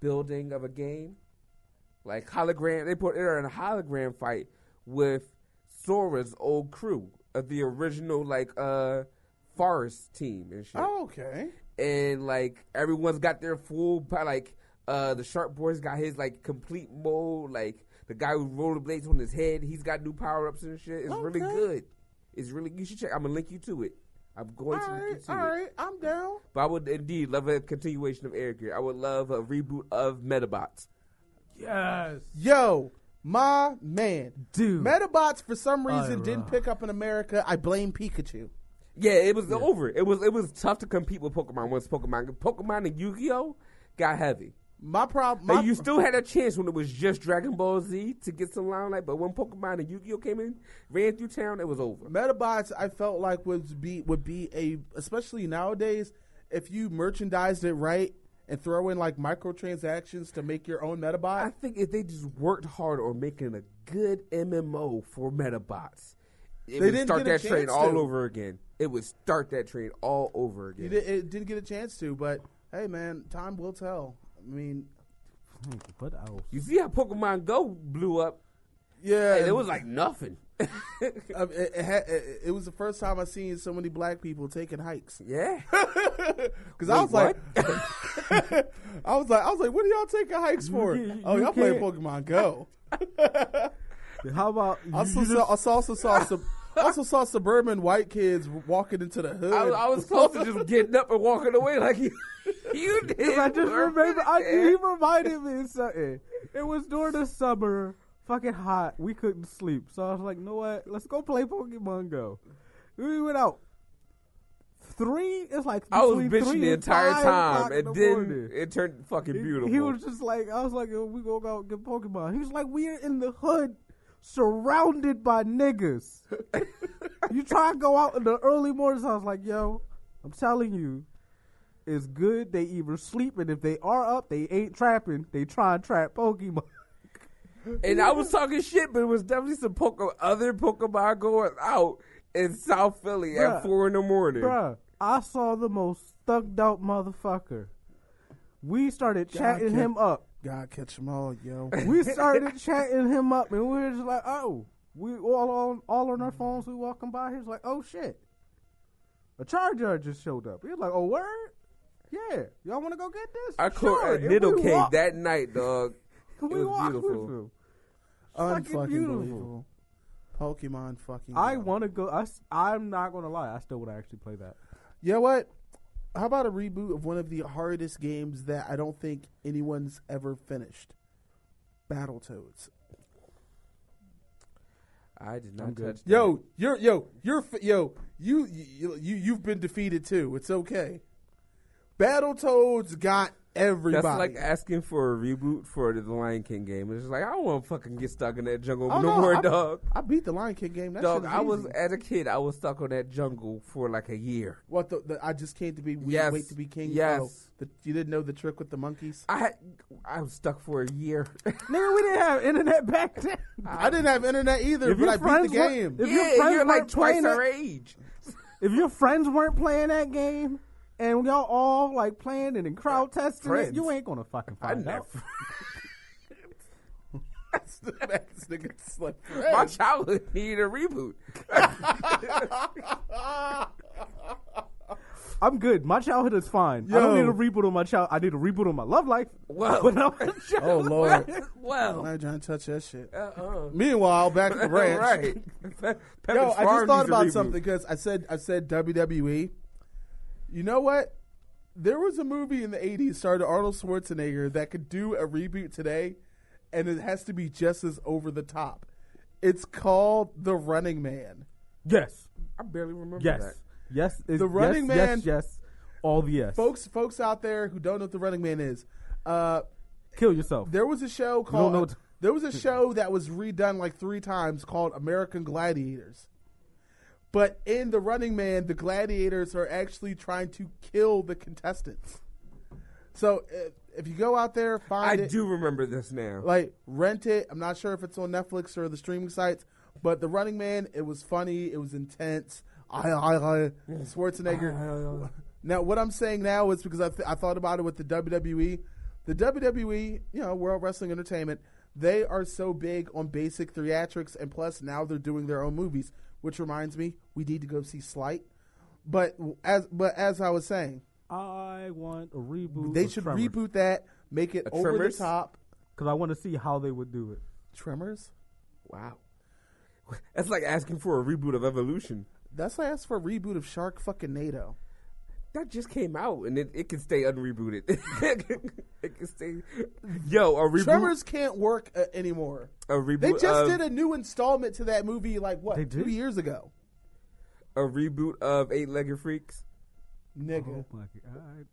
[SPEAKER 3] building of a game? Like hologram they put they're in a hologram fight with Sora's old crew of the original like uh forest team and shit
[SPEAKER 5] Oh, okay.
[SPEAKER 3] and like everyone's got their full pa- like uh the sharp boy's got his like complete mold like the guy who rollerblades on his head he's got new power ups and shit it's really
[SPEAKER 5] Okay.
[SPEAKER 3] good it's really you should check i'm gonna link you to it i'm
[SPEAKER 5] All
[SPEAKER 3] going to link
[SPEAKER 5] right,
[SPEAKER 3] you to
[SPEAKER 5] all
[SPEAKER 3] it
[SPEAKER 5] right, I'm down.
[SPEAKER 3] but i would indeed love a continuation of air gear i would love a reboot of metabots
[SPEAKER 4] Yes.
[SPEAKER 5] Yo, my man.
[SPEAKER 4] Dude.
[SPEAKER 5] Metabots for some reason
[SPEAKER 4] Ira.
[SPEAKER 5] didn't pick up in America. I blame Pikachu.
[SPEAKER 3] yeah it was over it was it was tough to compete with pokemon once pokemon pokemon and yu-gi-oh got heavy
[SPEAKER 5] My problem.
[SPEAKER 3] Like you still had a chance when it was just Dragon Ball Z to get some limelight, but when Pokemon and Yu-Gi-Oh came in, ran through town, it was over.
[SPEAKER 5] Metabots, I felt like would be would be a especially nowadays if you merchandised it right and throw in like microtransactions to make your own
[SPEAKER 3] I
[SPEAKER 5] Metabot.
[SPEAKER 3] think if they just worked hard on making a good MMO for Metabots, it would
[SPEAKER 5] didn't
[SPEAKER 3] start
[SPEAKER 5] get a
[SPEAKER 3] that train
[SPEAKER 5] chance
[SPEAKER 3] all
[SPEAKER 5] to.
[SPEAKER 3] over again. It would start that train all over
[SPEAKER 5] You
[SPEAKER 3] again.
[SPEAKER 5] did, it didn't get a chance to, but hey, man, time will tell. I mean,
[SPEAKER 4] What else?
[SPEAKER 3] You see how Pokemon Go blew up,
[SPEAKER 5] yeah,
[SPEAKER 3] and it was like nothing. [laughs]
[SPEAKER 5] uh, it, it, had, it, it was the first time I seen so many black people taking hikes.
[SPEAKER 3] [laughs] yeah,
[SPEAKER 5] Because I was
[SPEAKER 3] Wait,
[SPEAKER 5] like, [laughs] I was like, I was like, what are y'all taking hikes for?
[SPEAKER 4] can't-
[SPEAKER 5] oh,
[SPEAKER 4] you
[SPEAKER 5] y'all playing
[SPEAKER 4] can't-
[SPEAKER 5] Pokemon Go.
[SPEAKER 4] How about you,
[SPEAKER 5] I also
[SPEAKER 4] you
[SPEAKER 5] saw, I saw- also saw [laughs] sub, I also saw suburban white kids walking into the hood.
[SPEAKER 3] I, was- I was close to just getting up and walking away like [laughs] you. You did.
[SPEAKER 4] just, I just
[SPEAKER 3] Murphy.
[SPEAKER 4] remember I, he reminded me of something. It was during the summer, fucking hot. We couldn't sleep, so I was like, you know what? Let's go play Pokemon Go. We went out. Three, it's like
[SPEAKER 3] I was
[SPEAKER 4] between
[SPEAKER 3] bitching
[SPEAKER 4] three
[SPEAKER 3] the
[SPEAKER 4] and
[SPEAKER 3] entire
[SPEAKER 4] five
[SPEAKER 3] time,
[SPEAKER 4] o'clock in
[SPEAKER 3] and
[SPEAKER 4] the
[SPEAKER 3] then
[SPEAKER 4] morning.
[SPEAKER 3] it turned fucking
[SPEAKER 4] He-
[SPEAKER 3] beautiful.
[SPEAKER 4] He, was just like, I was like, Yo, we gonna go out and get Pokemon. He was like, we are in the hood, surrounded by niggas. you try and go out in the early mornings. I was like, yo, I'm telling you, it's good. They either sleep, and if they are up, they ain't trapping. They try and trap Pokemon.
[SPEAKER 3] and I was talking shit, but it was definitely some Poke- other Pokemon going out in South Philly at
[SPEAKER 4] Bruh.
[SPEAKER 3] four in the morning.
[SPEAKER 4] Bruh, I saw the most thugged out motherfucker. We started chatting
[SPEAKER 5] kid.
[SPEAKER 4] him up.
[SPEAKER 5] God catch them all, yo. [laughs]
[SPEAKER 4] We started chatting him up, and we were just like, oh, We all all, all on our phones. We walking by. He's like, oh shit, a charger just showed up. He was like, oh word, yeah. Y'all want to go get this?
[SPEAKER 3] I caught
[SPEAKER 4] sure.
[SPEAKER 3] a
[SPEAKER 4] And
[SPEAKER 3] needle
[SPEAKER 4] we
[SPEAKER 3] cake
[SPEAKER 4] walk-
[SPEAKER 3] that
[SPEAKER 4] [laughs]
[SPEAKER 3] night, dog.
[SPEAKER 4] we
[SPEAKER 3] was
[SPEAKER 4] walked with
[SPEAKER 3] beautiful.
[SPEAKER 4] him. Fucking
[SPEAKER 5] Unfucking
[SPEAKER 4] beautiful.
[SPEAKER 5] believable. Pokemon fucking.
[SPEAKER 4] I
[SPEAKER 5] go.
[SPEAKER 4] want to go. I, am not gonna lie. I still would actually play that.
[SPEAKER 5] You know what? How about a reboot of one of the hardest games that I don't think anyone's ever finished? Battletoads.
[SPEAKER 3] I did not
[SPEAKER 4] I'm good.
[SPEAKER 3] touch. that.
[SPEAKER 5] Yo, you're yo, you're fi- yo, you you you you've been defeated too. It's okay. Battletoads got everybody.
[SPEAKER 3] That's like asking for a reboot for the Lion King game. It's just like I don't want to fucking get stuck in that jungle
[SPEAKER 5] Oh,
[SPEAKER 3] no, more,
[SPEAKER 5] I,
[SPEAKER 3] dog.
[SPEAKER 5] I beat the Lion King game. That
[SPEAKER 3] Dog,
[SPEAKER 5] shit
[SPEAKER 3] I was
[SPEAKER 5] easy.
[SPEAKER 3] as a kid, I was stuck on that jungle for like a year.
[SPEAKER 5] what the, the I just came to be. We
[SPEAKER 3] Yes.
[SPEAKER 5] wait to be king.
[SPEAKER 3] Yes.
[SPEAKER 5] Oh, the, you didn't know the trick with the monkeys.
[SPEAKER 3] I had, I was stuck for a year. [laughs]
[SPEAKER 4] Nigga, we didn't have internet [laughs] back then.
[SPEAKER 5] I, didn't have internet either,
[SPEAKER 4] If
[SPEAKER 5] but
[SPEAKER 4] your
[SPEAKER 5] I beat
[SPEAKER 4] friends
[SPEAKER 5] the
[SPEAKER 4] were-
[SPEAKER 5] game.
[SPEAKER 4] if- your
[SPEAKER 3] yeah,
[SPEAKER 4] friends
[SPEAKER 3] you're like
[SPEAKER 4] weren't
[SPEAKER 3] twice
[SPEAKER 4] playing
[SPEAKER 3] our
[SPEAKER 4] it-
[SPEAKER 3] age.
[SPEAKER 4] if your friends weren't playing that game and y'all all like playing it and crowd testing it,
[SPEAKER 3] Friends.
[SPEAKER 4] you ain't gonna fucking
[SPEAKER 3] I
[SPEAKER 4] find
[SPEAKER 3] never.
[SPEAKER 4] out.
[SPEAKER 5] [laughs] That's [laughs] the best nigga slept.
[SPEAKER 3] [laughs] My childhood needed a reboot.
[SPEAKER 4] I'm good. My childhood is fine. I don't
[SPEAKER 5] Yo.
[SPEAKER 4] need a reboot of my child. I need a reboot of my love life.
[SPEAKER 3] Wow.
[SPEAKER 4] But I'm a
[SPEAKER 5] Oh
[SPEAKER 4] child.
[SPEAKER 5] lord! I'm
[SPEAKER 3] Well,
[SPEAKER 5] not trying to touch that shit.
[SPEAKER 3] uh-uh.
[SPEAKER 5] Meanwhile,
[SPEAKER 3] [laughs]
[SPEAKER 5] back at the ranch.
[SPEAKER 3] right. Pe- Pepper's
[SPEAKER 5] Yo, I just
[SPEAKER 3] Farm
[SPEAKER 5] thought
[SPEAKER 3] needs a
[SPEAKER 5] about
[SPEAKER 3] reboot.
[SPEAKER 5] something because I said I said WWE. You know what? There was a movie in the '80s starred Arnold Schwarzenegger that could do a reboot today, and it has to be just as over the top. It's called The Running Man.
[SPEAKER 4] Yes.
[SPEAKER 3] I barely remember
[SPEAKER 4] Yes.
[SPEAKER 3] that.
[SPEAKER 4] Yes. It's,
[SPEAKER 5] The Running
[SPEAKER 4] yes,
[SPEAKER 5] Man-
[SPEAKER 4] Yes. Yes. All the yes.
[SPEAKER 5] Folks, folks out there who don't know what The Running Man is, uh,
[SPEAKER 4] kill yourself.
[SPEAKER 5] there was a show
[SPEAKER 4] don't
[SPEAKER 5] called
[SPEAKER 4] know what-
[SPEAKER 5] there was a show that was redone like three times called American Gladiators. But in The Running Man, the gladiators are actually trying to kill the contestants. So if, if you go out there,
[SPEAKER 3] I
[SPEAKER 5] find it,
[SPEAKER 3] do remember this now.
[SPEAKER 5] like rent it. I'm not sure if it's on Netflix or the streaming sites, but The Running Man, it was funny, it was intense. I, I, I
[SPEAKER 3] Uh,
[SPEAKER 5] Schwarzenegger. Now, what I'm saying now is because I, th- I thought about it with the WWE. The WWE, you know, World Wrestling Entertainment, they are so big on basic theatrics, and plus now they're doing their own movies, which reminds me, we need to go see Slight. But as but as I was saying,
[SPEAKER 4] I want a reboot.
[SPEAKER 5] they should reboot that, make it
[SPEAKER 3] A
[SPEAKER 5] over
[SPEAKER 3] Uh, Tremors?
[SPEAKER 5] the top.
[SPEAKER 4] because I want to see how they would do it.
[SPEAKER 5] Tremors.
[SPEAKER 3] Wow. That's like asking for a reboot of Evolution.
[SPEAKER 5] That's why I asked for a reboot of Shark fucking NATO.
[SPEAKER 3] That just came out, and it, it can stay unrebooted. [laughs] it can stay. Yo, a reboot.
[SPEAKER 5] Tremors can't work uh, anymore.
[SPEAKER 3] a reboot.
[SPEAKER 5] They just
[SPEAKER 3] of,
[SPEAKER 5] did a new installment to that movie, like what,
[SPEAKER 4] They did?
[SPEAKER 5] two years ago?
[SPEAKER 3] a reboot of Eight Legged Freaks.
[SPEAKER 5] Nigga.
[SPEAKER 4] Oh my god.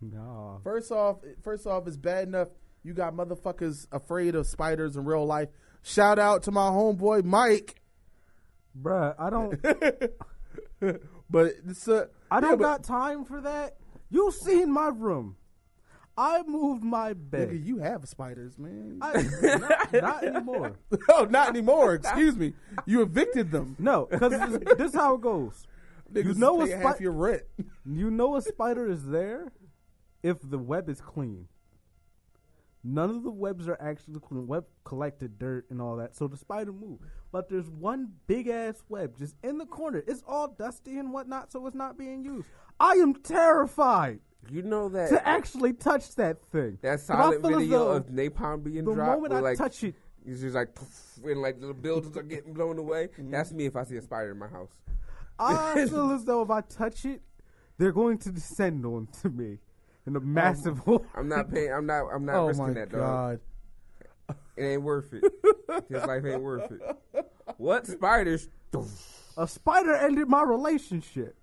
[SPEAKER 4] No.
[SPEAKER 5] First off, first off, it's bad enough you got motherfuckers afraid of spiders in real life. Shout out to my homeboy Mike.
[SPEAKER 4] Bruh, I
[SPEAKER 5] [laughs]
[SPEAKER 4] don't.
[SPEAKER 5] But it's a
[SPEAKER 4] I
[SPEAKER 5] yeah,
[SPEAKER 4] don't
[SPEAKER 5] but-
[SPEAKER 4] got time for that. You seen my room. I moved my
[SPEAKER 5] Nigga,
[SPEAKER 4] bed.
[SPEAKER 5] you have spiders, man. [laughs]
[SPEAKER 4] I, not, not anymore.
[SPEAKER 5] no, not anymore. Excuse me. You evicted them.
[SPEAKER 4] No, because this, this is how it goes.
[SPEAKER 5] Niggas
[SPEAKER 4] you know
[SPEAKER 5] pay
[SPEAKER 4] a
[SPEAKER 5] half
[SPEAKER 4] spi-
[SPEAKER 5] your rent.
[SPEAKER 4] You know a spider is there if the web is clean. None of the webs are actually clean. Web collected dirt and all that, so the spider moved. But there's one big ass web just in the corner. It's all dusty and whatnot, so it's not being used. I am terrified
[SPEAKER 3] You know that
[SPEAKER 4] to actually touch that thing.
[SPEAKER 3] that
[SPEAKER 4] 'Cause I
[SPEAKER 3] silent
[SPEAKER 4] feel as
[SPEAKER 3] video
[SPEAKER 4] though-
[SPEAKER 3] of napalm being
[SPEAKER 4] the
[SPEAKER 3] dropped.
[SPEAKER 4] moment
[SPEAKER 3] where,
[SPEAKER 4] I
[SPEAKER 3] like,
[SPEAKER 4] touch it-
[SPEAKER 3] it's just like, and like the buildings are getting blown away.
[SPEAKER 5] Mm-hmm.
[SPEAKER 3] That's me if I see a spider in my house. [laughs]
[SPEAKER 4] I feel as though if I touch it, they're going to descend onto me
[SPEAKER 3] Oh
[SPEAKER 4] in a massive [laughs] hole.
[SPEAKER 3] I'm not paying. I'm not. I'm not
[SPEAKER 5] Oh
[SPEAKER 3] risking
[SPEAKER 5] my
[SPEAKER 3] that, dog.
[SPEAKER 5] god.
[SPEAKER 3] It ain't worth it. His life ain't worth it.
[SPEAKER 5] [laughs]
[SPEAKER 3] What spiders?
[SPEAKER 4] A spider ended my relationship.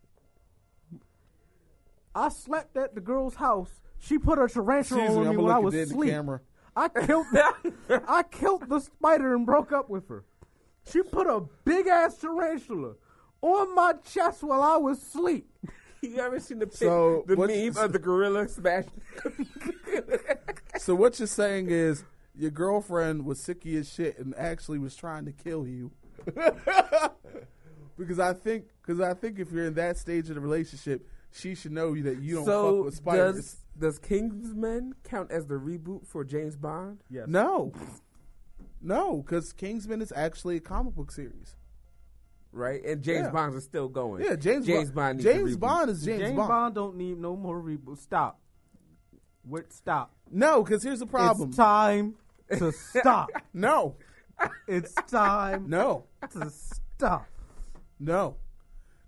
[SPEAKER 4] I slept at the girl's house. She put her tarantula
[SPEAKER 5] Excuse me,
[SPEAKER 4] on me
[SPEAKER 5] I'ma
[SPEAKER 4] when I
[SPEAKER 5] look
[SPEAKER 4] was
[SPEAKER 5] it in the
[SPEAKER 4] asleep.
[SPEAKER 5] camera.
[SPEAKER 4] I killed the, I killed the spider and broke up with her. She put a big ass tarantula on my chest while I was asleep.
[SPEAKER 3] [laughs] You ever seen the pic,
[SPEAKER 5] So,
[SPEAKER 3] the
[SPEAKER 5] what-
[SPEAKER 3] meme of the gorilla smashing? [laughs]
[SPEAKER 5] So what you're saying is your girlfriend was sicky as shit and actually was trying to kill you. [laughs] because I think because I think if you're in that stage of the relationship, she should know that you don't fuck
[SPEAKER 3] so
[SPEAKER 5] with spiders.
[SPEAKER 3] does does Kingsman count as the reboot for James Bond?
[SPEAKER 4] Yes.
[SPEAKER 5] No. No, because Kingsman is actually a comic book series.
[SPEAKER 3] right? And James
[SPEAKER 5] Yeah.
[SPEAKER 3] Bond's is still going.
[SPEAKER 5] Yeah, James,
[SPEAKER 3] James
[SPEAKER 5] Bond.
[SPEAKER 3] Bond. Needs
[SPEAKER 5] James
[SPEAKER 3] a reboot.
[SPEAKER 5] Bond is James,
[SPEAKER 4] James
[SPEAKER 5] Bond.
[SPEAKER 4] Bond don't need no more reboot. Stop. Wait, stop.
[SPEAKER 5] No, because here's the problem.
[SPEAKER 4] It's time [laughs] to stop.
[SPEAKER 5] no,
[SPEAKER 4] it's time
[SPEAKER 5] no,
[SPEAKER 4] to stop.
[SPEAKER 5] no,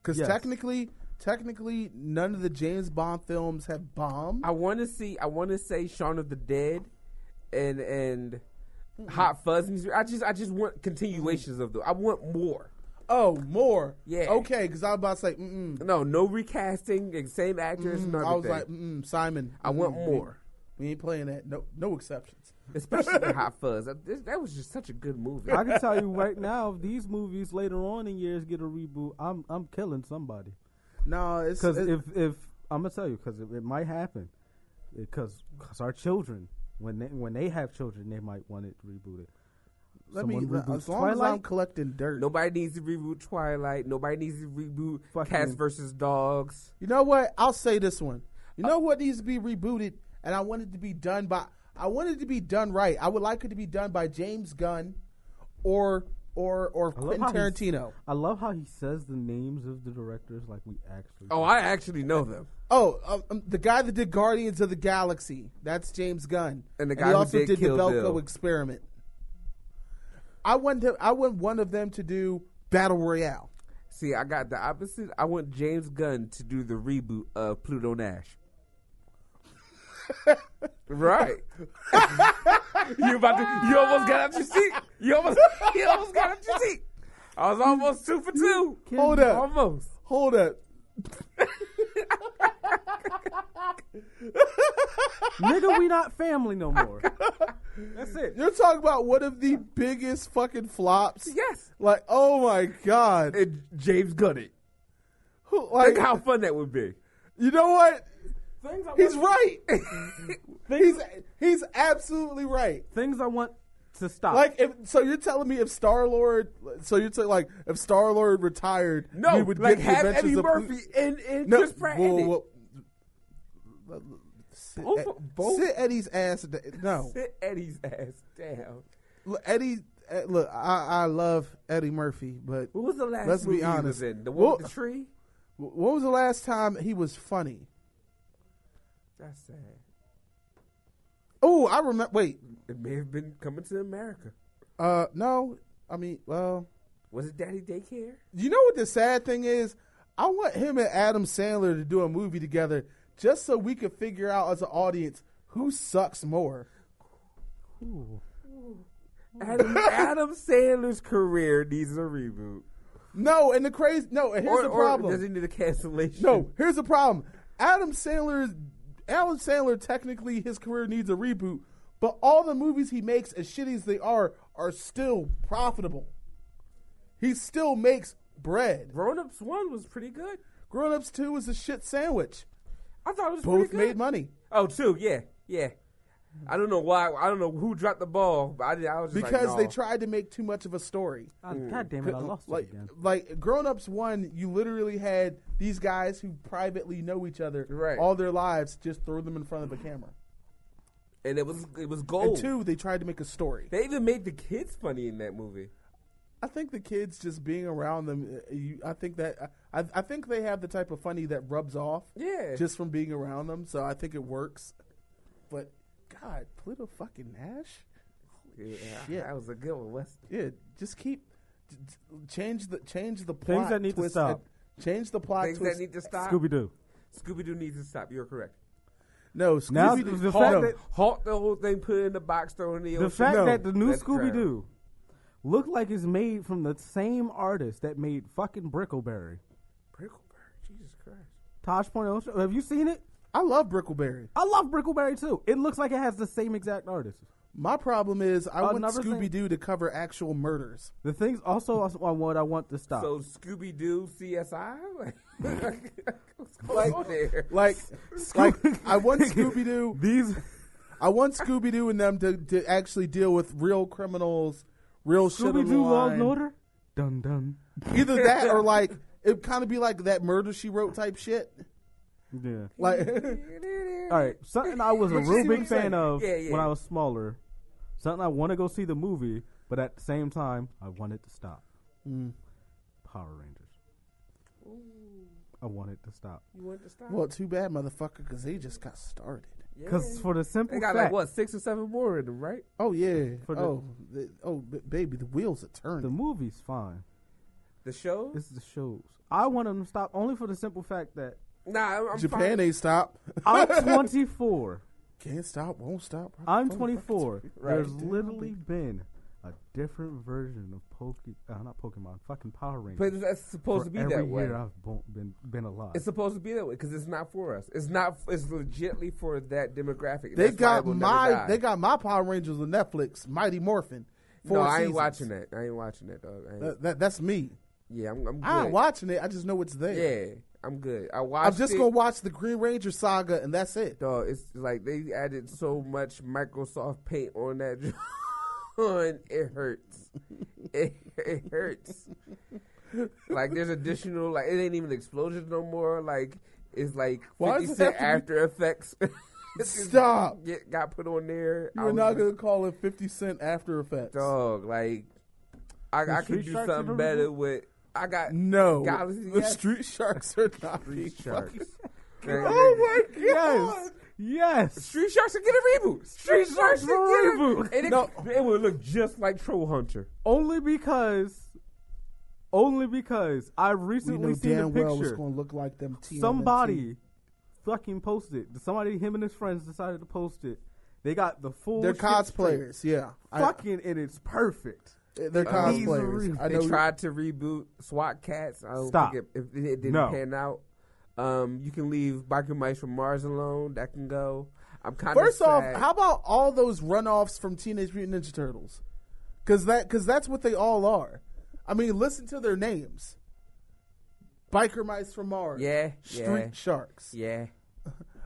[SPEAKER 5] because
[SPEAKER 4] Yes.
[SPEAKER 5] technically, technically, none of the James Bond films have bombed.
[SPEAKER 3] I want to see. I want to say Shaun of the Dead, and and Hot Fuzz. music. I just I just want continuations of them. I want more.
[SPEAKER 5] oh, more.
[SPEAKER 3] Yeah.
[SPEAKER 5] Okay, because I was about to say, mm-mm.
[SPEAKER 3] No, no recasting. and Same actors and everything.
[SPEAKER 5] I was like, mm. mm-mm, Simon.
[SPEAKER 3] I want
[SPEAKER 5] mm-mm,
[SPEAKER 3] more.
[SPEAKER 5] We ain't playing that. No, no exceptions.
[SPEAKER 3] especially
[SPEAKER 5] [laughs]
[SPEAKER 3] the Hot Fuzz. That, this- that was just such a good movie.
[SPEAKER 4] I can tell you right now, if these movies later on in years get a reboot, I'm I'm killing somebody.
[SPEAKER 5] No, it's
[SPEAKER 4] Because
[SPEAKER 5] it-
[SPEAKER 4] if if I'm gonna tell you, because it, it might happen, because our children when they when they have children, they might want it rebooted.
[SPEAKER 5] let me
[SPEAKER 4] Someone reboots
[SPEAKER 5] as long as I'm
[SPEAKER 4] Twilight.
[SPEAKER 5] collecting dirt.
[SPEAKER 3] Nobody needs to reboot Twilight. Nobody needs to reboot
[SPEAKER 4] Fucking-
[SPEAKER 3] Cats versus Dogs.
[SPEAKER 5] You know what? I'll say this one.
[SPEAKER 3] Uh,
[SPEAKER 5] You know what needs to be rebooted, and I want it to be done by. I want it to be done right. I would like it to be done by James Gunn, or or or
[SPEAKER 4] love
[SPEAKER 5] Quentin
[SPEAKER 4] how he's-
[SPEAKER 5] Tarantino.
[SPEAKER 4] I love how he says the names of the directors like we actually. [laughs]
[SPEAKER 3] Oh, I actually know them.
[SPEAKER 5] Oh, um, um, the guy that did Guardians of the Galaxy. That's James Gunn.
[SPEAKER 3] And the guy who did Kill
[SPEAKER 5] the Belko
[SPEAKER 3] Bill.
[SPEAKER 5] experiment. I want to, I want one of them to do Battle Royale.
[SPEAKER 3] See, I got the opposite. I want James Gunn to do the reboot of Pluto [laughs] Nash. right. you about to? You almost got up your seat. You almost. You almost got up your seat. I was almost two for two.
[SPEAKER 5] Hold up.
[SPEAKER 3] Almost.
[SPEAKER 5] Hold up.
[SPEAKER 4] Nigga, we not family no
[SPEAKER 5] [laughs]
[SPEAKER 4] more. That's it.
[SPEAKER 5] You're talking about one of the biggest fucking flops.
[SPEAKER 3] Yes.
[SPEAKER 5] Like, oh my god.
[SPEAKER 3] And James Gunn it.
[SPEAKER 5] Who-
[SPEAKER 3] Think
[SPEAKER 5] like,
[SPEAKER 3] how fun that would be.
[SPEAKER 5] you know what?
[SPEAKER 4] Things I
[SPEAKER 5] He's
[SPEAKER 4] want,
[SPEAKER 5] right.
[SPEAKER 3] Mm-hmm.
[SPEAKER 5] [laughs] he's he's absolutely right.
[SPEAKER 4] things I want to stop.
[SPEAKER 5] Like, if, so you're telling me if Star Lord, so you're saying like if Star Lord retired,
[SPEAKER 3] No,
[SPEAKER 5] we would
[SPEAKER 3] like
[SPEAKER 5] get the
[SPEAKER 3] have
[SPEAKER 5] Adventures
[SPEAKER 3] Eddie
[SPEAKER 5] of
[SPEAKER 3] Murphy and, and
[SPEAKER 5] No,
[SPEAKER 3] Chris Pratt
[SPEAKER 5] whoa,
[SPEAKER 3] in it.
[SPEAKER 5] whoa. L- l- Sit,
[SPEAKER 3] Both-
[SPEAKER 5] Ed-
[SPEAKER 3] both-
[SPEAKER 5] sit Eddie's ass. da- No,
[SPEAKER 3] Sit Eddie's ass down.
[SPEAKER 5] L- Eddie. eh, Look, I, I love Eddie Murphy, but
[SPEAKER 3] What was the last
[SPEAKER 5] Let's be
[SPEAKER 3] movie he
[SPEAKER 5] honest.
[SPEAKER 3] was in? The one
[SPEAKER 5] Wha-
[SPEAKER 3] with the tree?
[SPEAKER 5] wh- what was the last time he was funny?
[SPEAKER 3] That's sad.
[SPEAKER 5] Oh, I remember. Wait,
[SPEAKER 3] It may have been coming to America.
[SPEAKER 5] uh, no. I mean, well,
[SPEAKER 3] Was it Daddy
[SPEAKER 5] [laughs]
[SPEAKER 3] Daycare?
[SPEAKER 5] You know what the sad thing is? I want him and Adam Sandler to do a movie together just so we could figure out as an audience who sucks more.
[SPEAKER 4] Ooh.
[SPEAKER 3] Adam, Adam Sandler's career needs a reboot.
[SPEAKER 5] No, and the crazy no, and here's
[SPEAKER 3] or,
[SPEAKER 5] the
[SPEAKER 3] or
[SPEAKER 5] problem.
[SPEAKER 3] does it need a cancellation?
[SPEAKER 5] no, here's the problem. Adam Sandler Adam Sandler technically his career needs a reboot, but all the movies he makes, as shitty as they are, are still profitable. He still makes bread.
[SPEAKER 3] Grown Ups 1 was pretty good.
[SPEAKER 5] Grown Ups 2 is a shit sandwich.
[SPEAKER 3] I thought it was
[SPEAKER 5] Both
[SPEAKER 3] pretty good.
[SPEAKER 5] made money.
[SPEAKER 3] Oh, two, yeah, yeah. I don't know why. I don't know who dropped the ball, but I, did, I was just
[SPEAKER 5] Because
[SPEAKER 3] like,
[SPEAKER 5] they
[SPEAKER 3] "Nah."
[SPEAKER 5] tried to make too much of a story.
[SPEAKER 4] Ah, God damn it! I lost
[SPEAKER 5] uh, like,
[SPEAKER 4] it again.
[SPEAKER 5] Like Grown Ups One, you literally had these guys who privately know each other
[SPEAKER 3] Right.
[SPEAKER 5] all their lives, just throw them in front of a camera.
[SPEAKER 3] and it was it was gold.
[SPEAKER 5] And two, they tried to make a story.
[SPEAKER 3] They even made the kids funny in that movie.
[SPEAKER 5] I think the kids just being around them. uh, You, I think that I, I think they have the type of funny that rubs off.
[SPEAKER 3] Yeah.
[SPEAKER 5] just from being around them. So I think it works. But God, Pluto fucking Nash.
[SPEAKER 3] Yeah,
[SPEAKER 5] shit.
[SPEAKER 3] that was a good one. Wes.
[SPEAKER 5] Yeah, just keep d- d- change the change the plot
[SPEAKER 4] Things that need to
[SPEAKER 5] twist
[SPEAKER 4] stop.
[SPEAKER 5] and- Change the plot
[SPEAKER 3] Things
[SPEAKER 5] twist.
[SPEAKER 3] that need to stop.
[SPEAKER 4] Scooby Doo.
[SPEAKER 3] Scooby Doo needs to stop. You're correct.
[SPEAKER 5] no,
[SPEAKER 4] Now,
[SPEAKER 5] Scooby-Doo-
[SPEAKER 4] the
[SPEAKER 5] Hold
[SPEAKER 4] fact
[SPEAKER 5] on.
[SPEAKER 4] that-
[SPEAKER 3] Halt the whole thing. Put it in the box. Throw it in the,
[SPEAKER 4] The
[SPEAKER 3] ocean.
[SPEAKER 4] fact
[SPEAKER 5] No.
[SPEAKER 4] that the new
[SPEAKER 3] That's
[SPEAKER 4] Scooby
[SPEAKER 3] crap.
[SPEAKER 4] Doo looked like it's made from the same artist that made fucking Brickleberry.
[SPEAKER 3] Brickleberry. Jesus Christ.
[SPEAKER 4] Tosh Point Ocean. Have you seen it?
[SPEAKER 5] I love Brickleberry.
[SPEAKER 4] I love Brickleberry too. It looks like it has the same exact artist.
[SPEAKER 5] My problem is I want
[SPEAKER 4] Another thing-
[SPEAKER 5] Scooby Doo to cover actual murders.
[SPEAKER 4] The things also on what I want to stop.
[SPEAKER 3] So Scooby Doo [laughs] CSI. Like, what's going on there?
[SPEAKER 5] Like, like I want Scooby Doo. [laughs]
[SPEAKER 4] These
[SPEAKER 5] I want Scooby Doo and them to, to actually deal with real criminals, real shit on the
[SPEAKER 4] Scooby Doo Law and
[SPEAKER 5] line.
[SPEAKER 4] Order. Dun dun.
[SPEAKER 5] Either that or like it kind of be like that murder she wrote type shit.
[SPEAKER 4] Yeah.
[SPEAKER 5] Like,
[SPEAKER 3] [laughs]
[SPEAKER 5] uh,
[SPEAKER 4] All right. Something I was a
[SPEAKER 5] [laughs] But you see
[SPEAKER 4] real
[SPEAKER 5] what
[SPEAKER 4] big
[SPEAKER 5] I'm
[SPEAKER 4] fan
[SPEAKER 5] saying?
[SPEAKER 4] of
[SPEAKER 3] Yeah, yeah.
[SPEAKER 4] when I was smaller. Something I want to go see the movie, But at the same time, I want it to stop.
[SPEAKER 5] Hmm.
[SPEAKER 4] Power Rangers. I want it to stop.
[SPEAKER 3] You want to stop?
[SPEAKER 5] Well, too bad, motherfucker, because they just got started.
[SPEAKER 4] Because for the simple
[SPEAKER 3] they got like
[SPEAKER 4] fact,
[SPEAKER 3] what six or seven more in them, right?
[SPEAKER 5] Oh yeah.
[SPEAKER 4] For the-
[SPEAKER 5] oh, the, oh, b- baby, the wheels are turning.
[SPEAKER 4] the movie's fine.
[SPEAKER 3] The show?
[SPEAKER 4] It's the shows. I want them to stop only for the simple fact
[SPEAKER 3] [laughs]
[SPEAKER 4] that
[SPEAKER 3] Nah, I'm, I'm
[SPEAKER 5] Japan
[SPEAKER 3] fine.
[SPEAKER 5] ain't stop. [laughs]
[SPEAKER 4] I'm 24.
[SPEAKER 5] Can't stop, won't stop.
[SPEAKER 4] I'm 24.
[SPEAKER 3] [laughs] Right.
[SPEAKER 4] There's literally been a different version of Poke, uh, not Pokemon, fucking Power Rangers.
[SPEAKER 3] But that's supposed to be
[SPEAKER 4] for every
[SPEAKER 3] that way.
[SPEAKER 4] year I've bo- been been alive. [laughs]
[SPEAKER 3] It's supposed to be that way because it's not for us. It's not. It's legitly for that demographic.
[SPEAKER 5] They
[SPEAKER 3] That's why it
[SPEAKER 5] got
[SPEAKER 3] will never
[SPEAKER 5] my
[SPEAKER 3] die.
[SPEAKER 5] they got my Power Rangers on Netflix, Mighty Morphin.
[SPEAKER 3] No, I ain't
[SPEAKER 5] seasons.
[SPEAKER 3] watching that. I ain't watching that. Dog. I ain't,
[SPEAKER 5] That, that- that's me.
[SPEAKER 3] yeah, I'm. I'm good.
[SPEAKER 5] I ain't watching it. I just know it's there.
[SPEAKER 3] Yeah, I'm good. I watched.
[SPEAKER 5] I'm just
[SPEAKER 3] it.
[SPEAKER 5] gonna watch the Green Ranger saga, and that's it.
[SPEAKER 3] Dog, it's like they added so much Microsoft Paint on that [laughs] drawing. It hurts. it, it hurts. like there's additional. Like it ain't even explosions no more. Like it's like
[SPEAKER 5] Why
[SPEAKER 3] Fifty
[SPEAKER 5] does it
[SPEAKER 3] Cent
[SPEAKER 5] have to be-
[SPEAKER 3] After Effects. [laughs] It's-
[SPEAKER 5] Stop.
[SPEAKER 3] Get, got put on there. I
[SPEAKER 5] You're
[SPEAKER 3] was
[SPEAKER 5] not
[SPEAKER 3] like,
[SPEAKER 5] gonna call it Fifty Cent After Effects.
[SPEAKER 3] dog. Like I, I
[SPEAKER 4] Street
[SPEAKER 3] could do
[SPEAKER 4] Sharks
[SPEAKER 3] something
[SPEAKER 4] ever
[SPEAKER 3] better
[SPEAKER 4] reboot?
[SPEAKER 3] with. I got
[SPEAKER 5] No,
[SPEAKER 3] Galaxy,
[SPEAKER 5] the
[SPEAKER 3] yes.
[SPEAKER 5] Street Sharks are not
[SPEAKER 3] Street
[SPEAKER 5] being
[SPEAKER 3] Sharks.
[SPEAKER 5] [laughs] fucking-
[SPEAKER 3] Man,
[SPEAKER 5] Oh
[SPEAKER 3] man.
[SPEAKER 5] my god!
[SPEAKER 4] yes, yes.
[SPEAKER 3] Street Sharks should get a reboot. Street Sharks should get
[SPEAKER 4] Sharks
[SPEAKER 3] a
[SPEAKER 4] reboot.
[SPEAKER 3] reboot. And it,
[SPEAKER 5] No.
[SPEAKER 3] it would look just like Troll Hunter.
[SPEAKER 4] Only because, only because I recently seen a picture.
[SPEAKER 5] to look like them. TMNT.
[SPEAKER 4] somebody fucking posted. Somebody, him and his friends decided to post it. They got the full.
[SPEAKER 5] They're
[SPEAKER 4] shit straight.
[SPEAKER 5] cosplayers. Yeah, I-
[SPEAKER 4] Fucking, and it's perfect.
[SPEAKER 5] they're cosplayers. I
[SPEAKER 3] They
[SPEAKER 5] know.
[SPEAKER 3] tried to reboot SWAT Cats. I don't
[SPEAKER 4] Stop.
[SPEAKER 3] think it, if it, didn't
[SPEAKER 4] No.
[SPEAKER 3] pan out. Um, you can leave Biker Mice from Mars alone. That can go. I'm kind of
[SPEAKER 5] First off, how about all those runoffs from Teenage Mutant Ninja Turtles? Because that, cause that's what they all are. I mean, listen to their names: Biker Mice from Mars,
[SPEAKER 3] Yeah,
[SPEAKER 5] Street
[SPEAKER 3] yeah.
[SPEAKER 5] Sharks.
[SPEAKER 3] Yeah.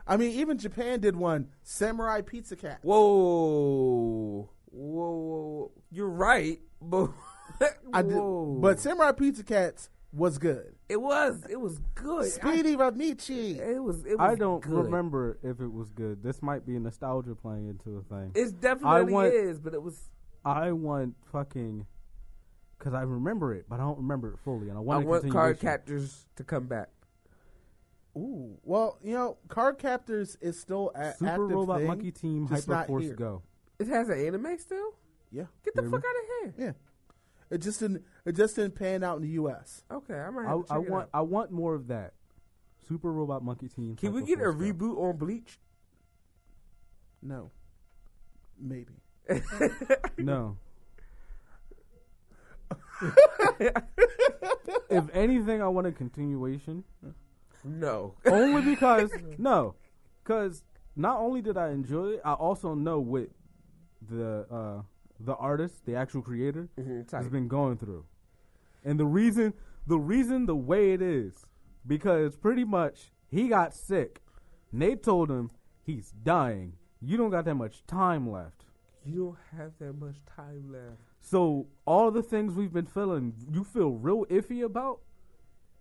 [SPEAKER 5] I mean, even Japan did one: Samurai Pizza Cat.
[SPEAKER 3] Whoa. Whoa. Whoa. You're right, but [laughs]
[SPEAKER 5] I did,
[SPEAKER 3] Whoa.
[SPEAKER 5] but Samurai Pizza Cats was good.
[SPEAKER 3] it was it was good. I-
[SPEAKER 5] Speedy Rodnichi.
[SPEAKER 3] it was. It was
[SPEAKER 4] I don't
[SPEAKER 3] good.
[SPEAKER 4] remember if it was good. This might be nostalgia playing into a thing.
[SPEAKER 3] It
[SPEAKER 4] I
[SPEAKER 3] definitely
[SPEAKER 4] want-
[SPEAKER 3] is, but it was.
[SPEAKER 4] I want fucking because I remember it, but I don't remember it fully, and I
[SPEAKER 3] I
[SPEAKER 4] want. a
[SPEAKER 3] want card
[SPEAKER 4] continuation.
[SPEAKER 3] captors to come back.
[SPEAKER 5] Ooh, well, you know, Card Captors is still a-
[SPEAKER 4] Super
[SPEAKER 5] active
[SPEAKER 4] Robot
[SPEAKER 5] thing,
[SPEAKER 4] Monkey Team
[SPEAKER 5] just
[SPEAKER 4] Hyper
[SPEAKER 5] not
[SPEAKER 4] Force
[SPEAKER 5] here.
[SPEAKER 4] Go.
[SPEAKER 3] It has an anime still.
[SPEAKER 5] Yeah,
[SPEAKER 3] Get the fuck out of here.
[SPEAKER 5] yeah. It just didn't. It just didn't pan out in the U.S.
[SPEAKER 3] Okay, I might.
[SPEAKER 4] I,
[SPEAKER 3] Have to check
[SPEAKER 4] I
[SPEAKER 3] it
[SPEAKER 4] want.
[SPEAKER 3] out.
[SPEAKER 4] I want more of that. Super Robot Monkey Team.
[SPEAKER 3] Can we
[SPEAKER 4] Hyper
[SPEAKER 3] get a
[SPEAKER 4] Force Go.
[SPEAKER 3] reboot on Bleach?
[SPEAKER 5] No, maybe.
[SPEAKER 4] No. [laughs] if anything, I want a continuation.
[SPEAKER 3] [laughs] No.
[SPEAKER 4] Only because no, because not only did I enjoy it, I also know what the uh, the artist, the actual creator,
[SPEAKER 3] Mhm,
[SPEAKER 4] has
[SPEAKER 3] tight.
[SPEAKER 4] been going through, and the reason, the reason, the way it is, because pretty much he got sick. And they told him he's dying. You don't got that much time left.
[SPEAKER 3] you don't have that much time left.
[SPEAKER 4] So all the things we've been feeling, you feel real iffy about,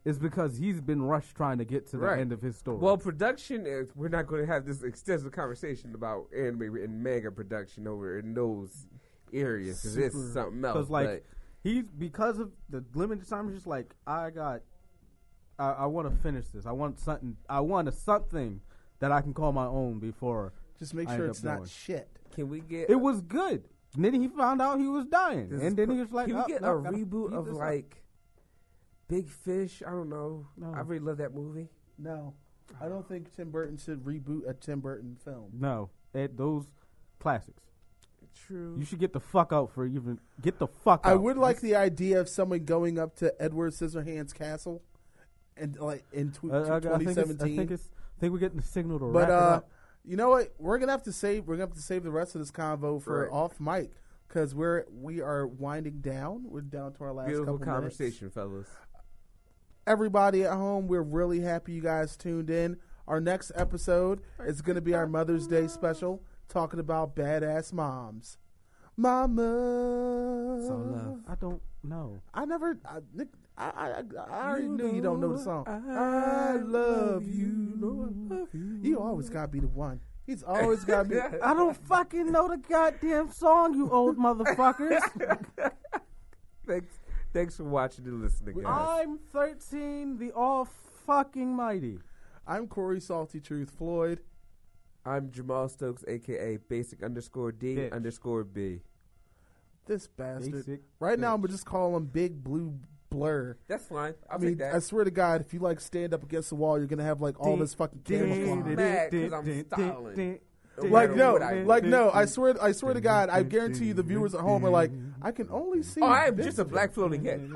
[SPEAKER 4] is because he's been rushed trying to get to the
[SPEAKER 3] Right.
[SPEAKER 4] end of his story.
[SPEAKER 3] Well, production is. We're not going to have this extensive conversation about anime and manga production over in those areas. 'cause it's something else.
[SPEAKER 4] because like
[SPEAKER 3] but-
[SPEAKER 4] he's because of the limited time, he's just like I got, I, I want to finish this. I want something. I want a something that I can call my own before.
[SPEAKER 5] Just make
[SPEAKER 4] I
[SPEAKER 5] sure
[SPEAKER 4] end
[SPEAKER 5] it's
[SPEAKER 4] up
[SPEAKER 5] not
[SPEAKER 4] knowing.
[SPEAKER 5] shit.
[SPEAKER 3] can we get?
[SPEAKER 4] It was good. And then he found out he was dying,
[SPEAKER 3] This is
[SPEAKER 4] and then
[SPEAKER 3] per-
[SPEAKER 4] he was like,
[SPEAKER 3] "Can we
[SPEAKER 4] oh,
[SPEAKER 3] get
[SPEAKER 4] no, uh,
[SPEAKER 3] a
[SPEAKER 4] I gotta
[SPEAKER 3] reboot
[SPEAKER 4] keep
[SPEAKER 3] of
[SPEAKER 4] this up."
[SPEAKER 3] like Big Fish?" I don't know.
[SPEAKER 4] No.
[SPEAKER 3] I really love that movie.
[SPEAKER 5] No, I don't think Tim Burton should reboot a Tim Burton film.
[SPEAKER 4] No, at those classics.
[SPEAKER 3] True.
[SPEAKER 4] You should get the fuck out for even get the fuck.
[SPEAKER 5] I
[SPEAKER 4] out.
[SPEAKER 5] would like the idea of someone going up to Edward Scissorhands' castle, and like in tw-
[SPEAKER 4] I, I- I think it's, I
[SPEAKER 5] 2017.
[SPEAKER 4] think it's. I think we're getting the signal to wrap
[SPEAKER 5] but
[SPEAKER 4] it
[SPEAKER 5] uh,
[SPEAKER 4] up.
[SPEAKER 5] you know what? We're gonna have to save. We're gonna have to save the rest of this convo for
[SPEAKER 3] Right.
[SPEAKER 5] off mic because we're we are winding down. We're down to our last
[SPEAKER 3] Beautiful
[SPEAKER 5] couple minutes.
[SPEAKER 3] conversation, fellas.
[SPEAKER 5] everybody at home, we're really happy you guys tuned in. Our next episode is going to be our Mother's Day special, talking about badass moms. Mama, uh,
[SPEAKER 4] I don't know.
[SPEAKER 5] I never, I, Nick, I, I, I- I already
[SPEAKER 3] You
[SPEAKER 5] knew you don't know the
[SPEAKER 3] know
[SPEAKER 5] song.
[SPEAKER 3] I love you.
[SPEAKER 5] You always gotta be the one. He's always got
[SPEAKER 3] [laughs]
[SPEAKER 5] to be. [laughs]
[SPEAKER 4] I don't fucking know the goddamn song, you old
[SPEAKER 5] [laughs]
[SPEAKER 4] motherfuckers.
[SPEAKER 3] Thanks, thanks for watching and listening, guys.
[SPEAKER 4] I'm 13, the all fucking mighty.
[SPEAKER 5] I'm Corey Salty Truth Floyd.
[SPEAKER 3] I'm Jamal Stokes, aka Basic underscore D
[SPEAKER 4] Bitch.
[SPEAKER 3] underscore B.
[SPEAKER 5] This bastard.
[SPEAKER 4] Basic
[SPEAKER 5] right now, I'm gonna just call him Big Blue Blur.
[SPEAKER 3] That's fine. I'll
[SPEAKER 5] I mean,
[SPEAKER 3] take that.
[SPEAKER 5] I swear to God, if you like stand up against the wall, you're gonna have like all this fucking camouflage.
[SPEAKER 3] mad 'cause I'm styling.
[SPEAKER 4] dun,
[SPEAKER 5] Like
[SPEAKER 3] dun,
[SPEAKER 5] no,
[SPEAKER 3] dun, dun,
[SPEAKER 5] like no. I swear, I
[SPEAKER 3] [laughs]
[SPEAKER 5] swear to God, I guarantee you, the viewers at home are like, I can only see.
[SPEAKER 3] oh, I am
[SPEAKER 5] this
[SPEAKER 3] just a black floating head.